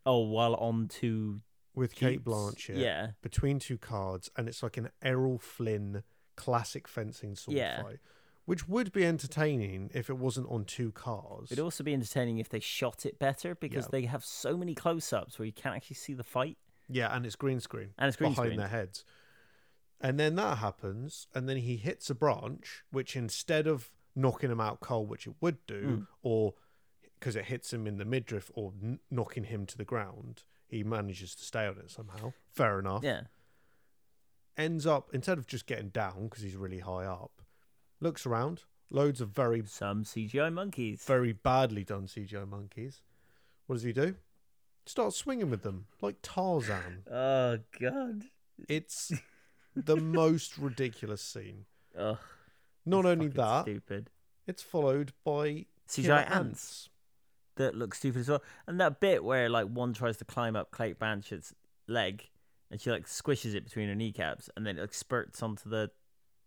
Oh, while on to
with Kate
Jeeps.
Blanchett
Yeah.
between two cards, and it's like an Errol Flynn classic fencing sword
Yeah.
fight. Which would be entertaining if it wasn't on two cars.
It'd also be entertaining if they shot it better because
Yeah.
they have so many close-ups where you can't actually see the fight.
Yeah, and it's green screen.
And it's green
behind
screen.
their heads. And then that happens, and then he hits a branch, which instead of knocking him out cold, which it would do,
Mm.
or because it hits him in the midriff or n- knocking him to the ground, he manages to stay on it somehow. Fair enough.
Yeah.
Ends up instead of just getting down because he's really high up, looks around, loads of very,
Some CGI monkeys.
very badly done CGI monkeys. What does he do? Starts swinging with them like Tarzan.
Oh God. [laughs]
It's the most ridiculous scene.
Ugh.
Not only
fucking
that,
Stupid.
it's followed by
CGI
killer
ants. that look stupid as well. And that bit where like one tries to climb up Kate Blanchett's leg and she like squishes it between her kneecaps and then it like, spurts onto the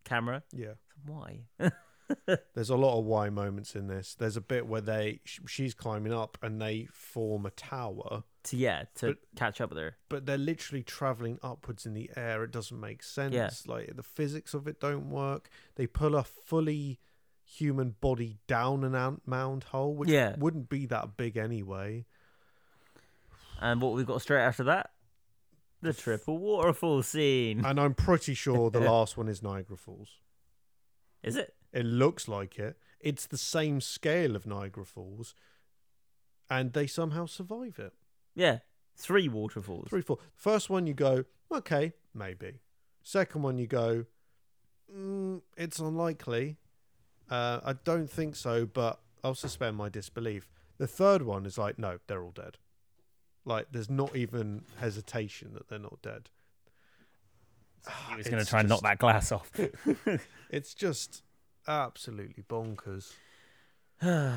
camera.
Yeah.
Why? [laughs]
There's a lot of why moments in this. There's a bit where they sh- she's climbing up and they form a tower,
to yeah, to
But-
catch up with her.
but they're literally traveling upwards in the air. It doesn't make sense.
Yeah.
Like the physics of it don't work. They pull a fully human body down an ant mound hole, which
Yeah.
wouldn't be that big anyway.
And what we've got straight after that? The triple waterfall scene.
And I'm pretty
[laughs]
sure the last one is Niagara Falls.
Is it?
It looks like it. It's the same scale of Niagara Falls, and they somehow survive it.
Yeah. Three waterfalls.
Three, four. First one, you go, okay, maybe. Second one, you go, mm, it's unlikely. Uh, I don't think so, but I'll suspend my disbelief. The third one is like, no, they're all dead. Like, there's not even hesitation that they're not dead. Ah,
He was
It's
going to try and knock
just-
that glass off. [laughs]
It's just absolutely bonkers.
oh,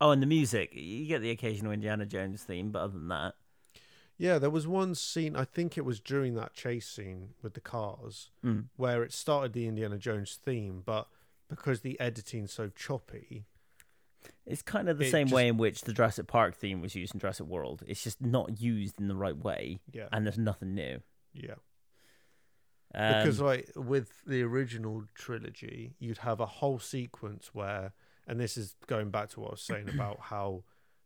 and the music. You get the occasional Indiana Jones theme, but other than that,
Yeah, there was one scene, I think it was during that chase scene with the cars, where it started the Indiana Jones theme, but because the editing's so choppy,
It's kind of the
It
same
just-
way in which the Jurassic Park theme was used in Jurassic World. It's just not used in the right way,
Yeah.
and there's nothing new.
yeah.
Um,
Because, like, with the original trilogy, you'd have a whole sequence where, and this is going back to what I was saying about how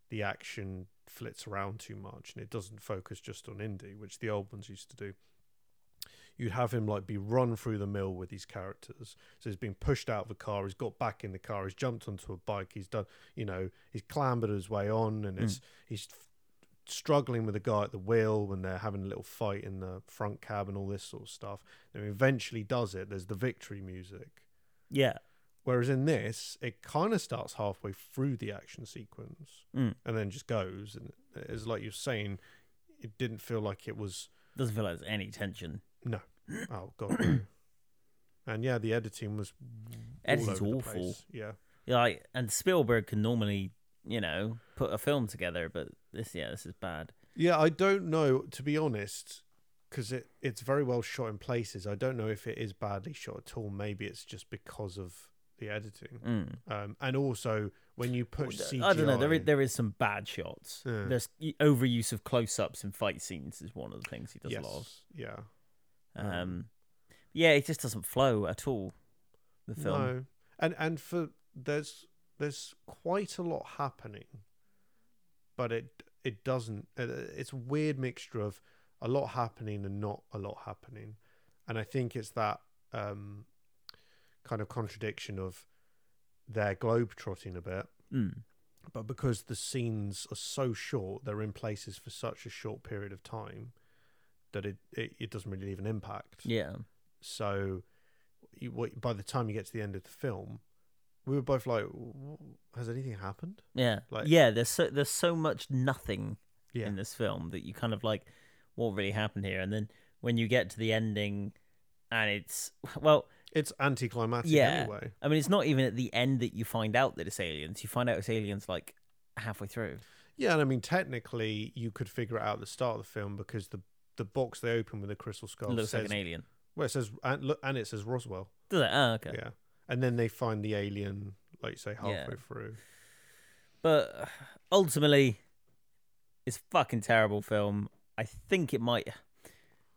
the action flits around too much and it doesn't focus just on Indy, which the old ones used to do. You'd have him like be run through the mill with these characters. So he's been pushed out of the car, he's got back in the car, he's jumped onto a bike, he's done, you know, he's clambered his way on and it's he's f- struggling with the guy at the wheel when they're having a little fight in the front cab and all this sort of stuff. Then he eventually does it. There's the victory music.
yeah,
Whereas in this, it kind of starts halfway through the action sequence
Mm.
and then just goes. And it's like you're saying, it didn't feel like it was
doesn't feel like there's any tension. [clears throat]
no. Oh god. no. and yeah, the editing was
Editing's
all over
awful.
The place. Yeah,
Yeah, Like, and Spielberg can normally, you know, put a film together, but this, yeah, this is bad.
yeah. I don't know to be honest, because it it's very well shot in places. I don't know if it is badly shot at all. Maybe it's just because of the editing.
Mm.
Um, and also when you push CGI,
uh, I don't know. There is, there is some bad shots.
Yeah.
There's y- overuse of close-ups in fight scenes is one of the things he does
yes,
a lot of.
yeah.
Um, yeah, it just doesn't flow at all. the film.
No, and and for there's there's quite a lot happening, but it it doesn't. it- It's a weird mixture of a lot happening and not a lot happening, and I think it's that um, kind of contradiction of they're globetrotting a bit,
Mm.
but because the scenes are so short, they're in places for such a short period of time that it it, it doesn't really leave an impact.
Yeah.
So you, what, by the time you get to the end of the film, we were both like, "W- "Has anything happened?"
Yeah.
Like-
yeah, there's so there's so much nothing
Yeah,
in this film that you kind of like what really happened here and then when you get to the ending and it's well
it's anticlimactic
Yeah.
anyway.
I mean it's not even at the end that you find out that it's aliens. You find out it's aliens like halfway through.
Yeah, and I mean, technically, you could figure it out at the start of the film because the the box they open with the crystal skull
looks
Oh, says,
like an alien.
well, it says and, look, and it says Roswell.
Does it? Oh, okay.
Yeah. and then they find the alien, like you say, halfway
Yeah.
through.
But uh, ultimately, it's a fucking terrible film. I think it might.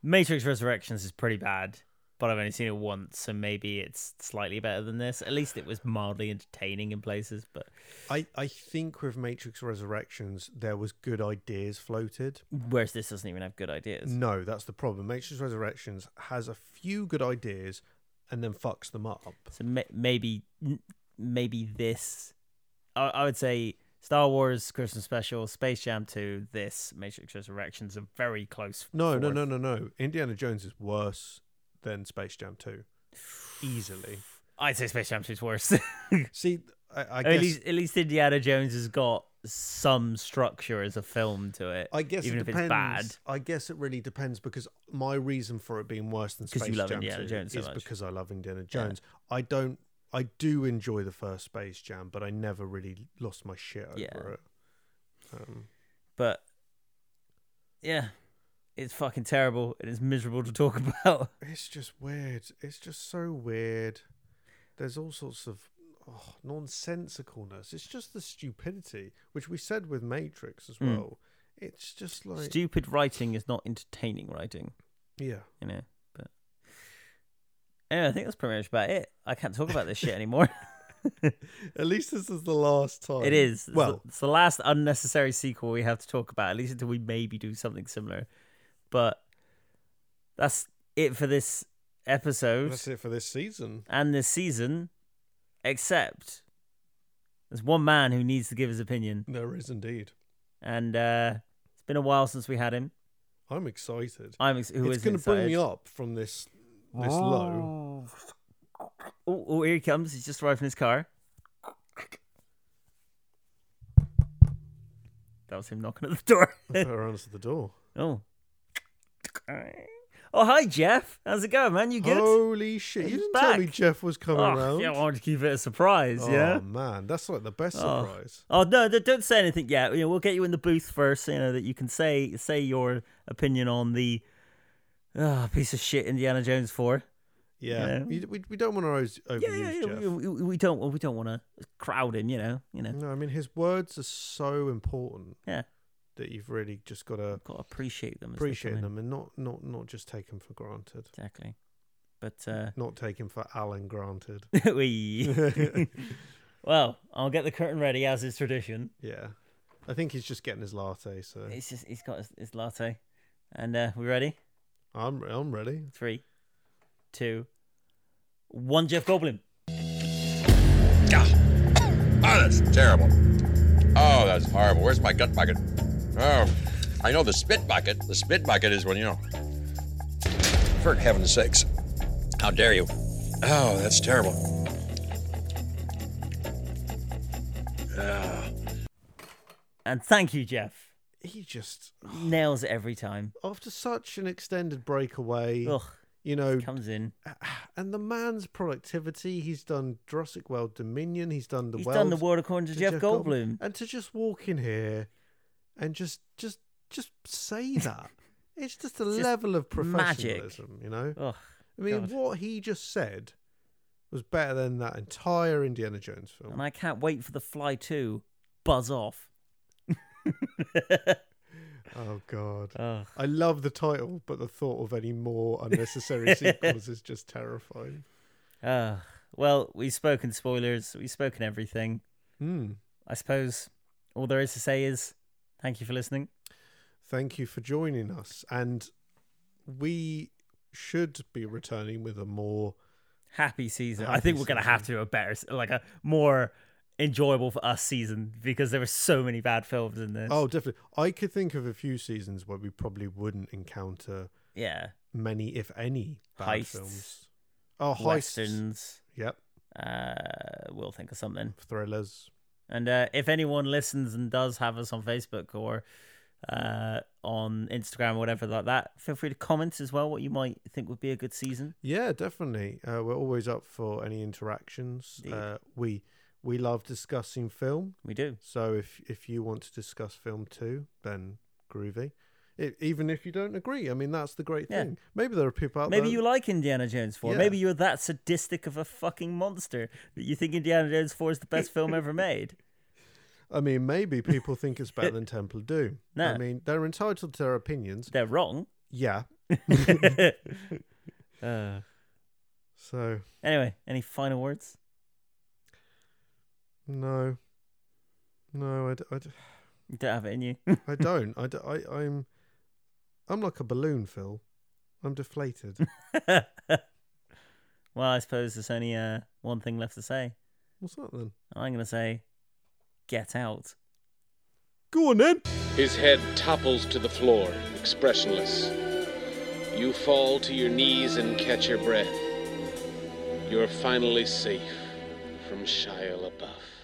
Matrix Resurrections is pretty bad, but I've only seen it once, so maybe it's slightly better than this. At least it was mildly entertaining in places, but
I I think with Matrix Resurrections, there was good ideas floated.
whereas this doesn't even have good ideas.
No, that's the problem. Matrix Resurrections has a few good ideas and then fucks them up.
So ma- maybe, n- maybe this. I-, I would say Star Wars Christmas Special, Space Jam 2, this Matrix Resurrections are very close.
No, no,
fourth.
no, no, no. Indiana Jones is worse than Space Jam 2. Easily.
I'd say Space Jam 2 is worse. [laughs]
See, I, I
at
guess.
least at least Indiana Jones has got some structure as a film to it.
I guess
even
it
if
depends.
it's bad.
I guess it really depends because my reason for it being worse than
'Cause you
Space
love
Jam
Indiana
2
Jones so
is
much.
because I love Indiana Jones. I don't. I do enjoy the first Space Jam, but I never really lost my shit over
Yeah.
it. Um,
But yeah, it's fucking terrible and it's miserable to talk [laughs] about.
It's just weird. It's just so weird. There's all sorts of oh, nonsensicalness. It's just the stupidity, which we said with Matrix as
Mm.
well. It's just like
Stupid writing is not entertaining writing,
yeah.
you know. But anyway, I think that's pretty much about it. I can't talk about this
[laughs]
shit anymore.
At least this is the last time.
it is It's the-
Well,
it's the last unnecessary sequel we have to talk about. At least until we maybe do something similar. But that's it for this episode.
that's it for this season.
and this season, except there's one man who needs to give his opinion,
There is indeed.
and uh, it's been a while since we had him.
I'm excited.
I'm ex- who
it's
is
going to bring me
excited.
up from this this low.
Oh, oh, here he comes! He's just arrived in his car. That was him knocking at the door. [laughs]
Better answer the door.
oh. Oh, hi, Jeff. How's it going, man? You [laughs] good?
Holy shit!
He's
you didn't tell me
back.
Jeff was coming
Oh,
around.
yeah, I wanted to keep it a surprise.
oh
yeah.
man, that's like the best
Oh.
surprise.
Oh no, th- don't say anything yet. You know, we'll get you in the booth first. You know that you can say say your opinion on the ah, piece of shit Indiana Jones four.
Yeah,
Yeah.
We, we, we don't want to overuse
Yeah, yeah, yeah.
Jeff. Mm.
We, we- we don't we don't want to crowd him. You know, you know.
No, I mean his words are so important.
Yeah.
That you've really just got to
Got to appreciate them. as they come
appreciate
in.
them and not not not just take them for granted.
exactly. But uh, [laughs]
Not take him for Alan granted.
we [laughs] well, I'll get the curtain ready as is tradition.
yeah. I think he's just getting his latte, so
It's just he's got his, his latte, and uh, we ready?
I'm I'm ready.
Three, two, one. Jeff Goblin.
Oh, that's terrible. Oh, that's horrible. Where's my gut bucket? Oh, I know the spit bucket. The spit bucket is when you know. For heaven's sakes. How dare you? Oh, that's terrible. Ah.
And thank you, Jeff.
He just
Nails it every time.
after such an extended breakaway,
Ugh,
you know,
comes in.
[sighs] and the man's productivity. He's done Jurassic World Dominion. He's done the
He's
Weld.
done the world according to,
to
Jeff, Goldblum.
and to just walk in here and just just just
[laughs]
say that it's just a
Just
level of
magic.
professionalism you know
Ugh,
i mean
God.
what he just said was better than that entire indiana jones
[laughs]
film
and I can't wait for the Fly 2. Buzz off. [laughs]
oh god
Ugh.
i love
[laughs]
the title but the thought of any more unnecessary sequels is just terrifying
Ugh. well, we've spoken spoilers, we've spoken everything.
Hmm.
I suppose all there is to say is thank you for listening.
Thank you for joining us. And we should be returning with a more
Happy season. I
Happy
think we're going to have to do a better, s- like a more enjoyable for us season because there were so many bad films in this.
Oh, definitely. I could think of a few seasons where we probably wouldn't encounter
yeah.
many, if any, bad
Heists.
films. Oh, heists.
Westerns.
Yep.
Uh, we'll think of something.
Thrillers.
And uh, if anyone listens and does have us on Facebook or uh, on Instagram or whatever like that, feel free to comment as well what you might think would be a good season.
Yeah, definitely. Uh, we're always up for any interactions.
Indeed.
Uh, we we love discussing film.
We do.
So if if you want to discuss film too, then groovy. It, even if you don't agree, I mean that's the great
Yeah.
thing. Maybe there are people out
Maybe
there.
you like Indiana Jones 4.
Yeah.
Maybe you're that sadistic of a fucking monster that you think Indiana Jones 4 is the best film ever made.
I mean, maybe people think it's
[laughs]
better than Temple of Doom. I
No.
mean, they're entitled to their opinions.
They're wrong.
Yeah.
uh,
So
anyway, any final words?
no, no, I, d- I d-
You don't have it in you. [laughs]
I don't. I, d- I, I'm, I'm like a balloon, Phil. I'm deflated.
well, I suppose there's only uh, one thing left to say.
What's that then?
I'm going to say, get out.
Go on then.
His head topples to the floor, expressionless. You fall to your knees and catch your breath. You're finally safe from Shia LaBeouf.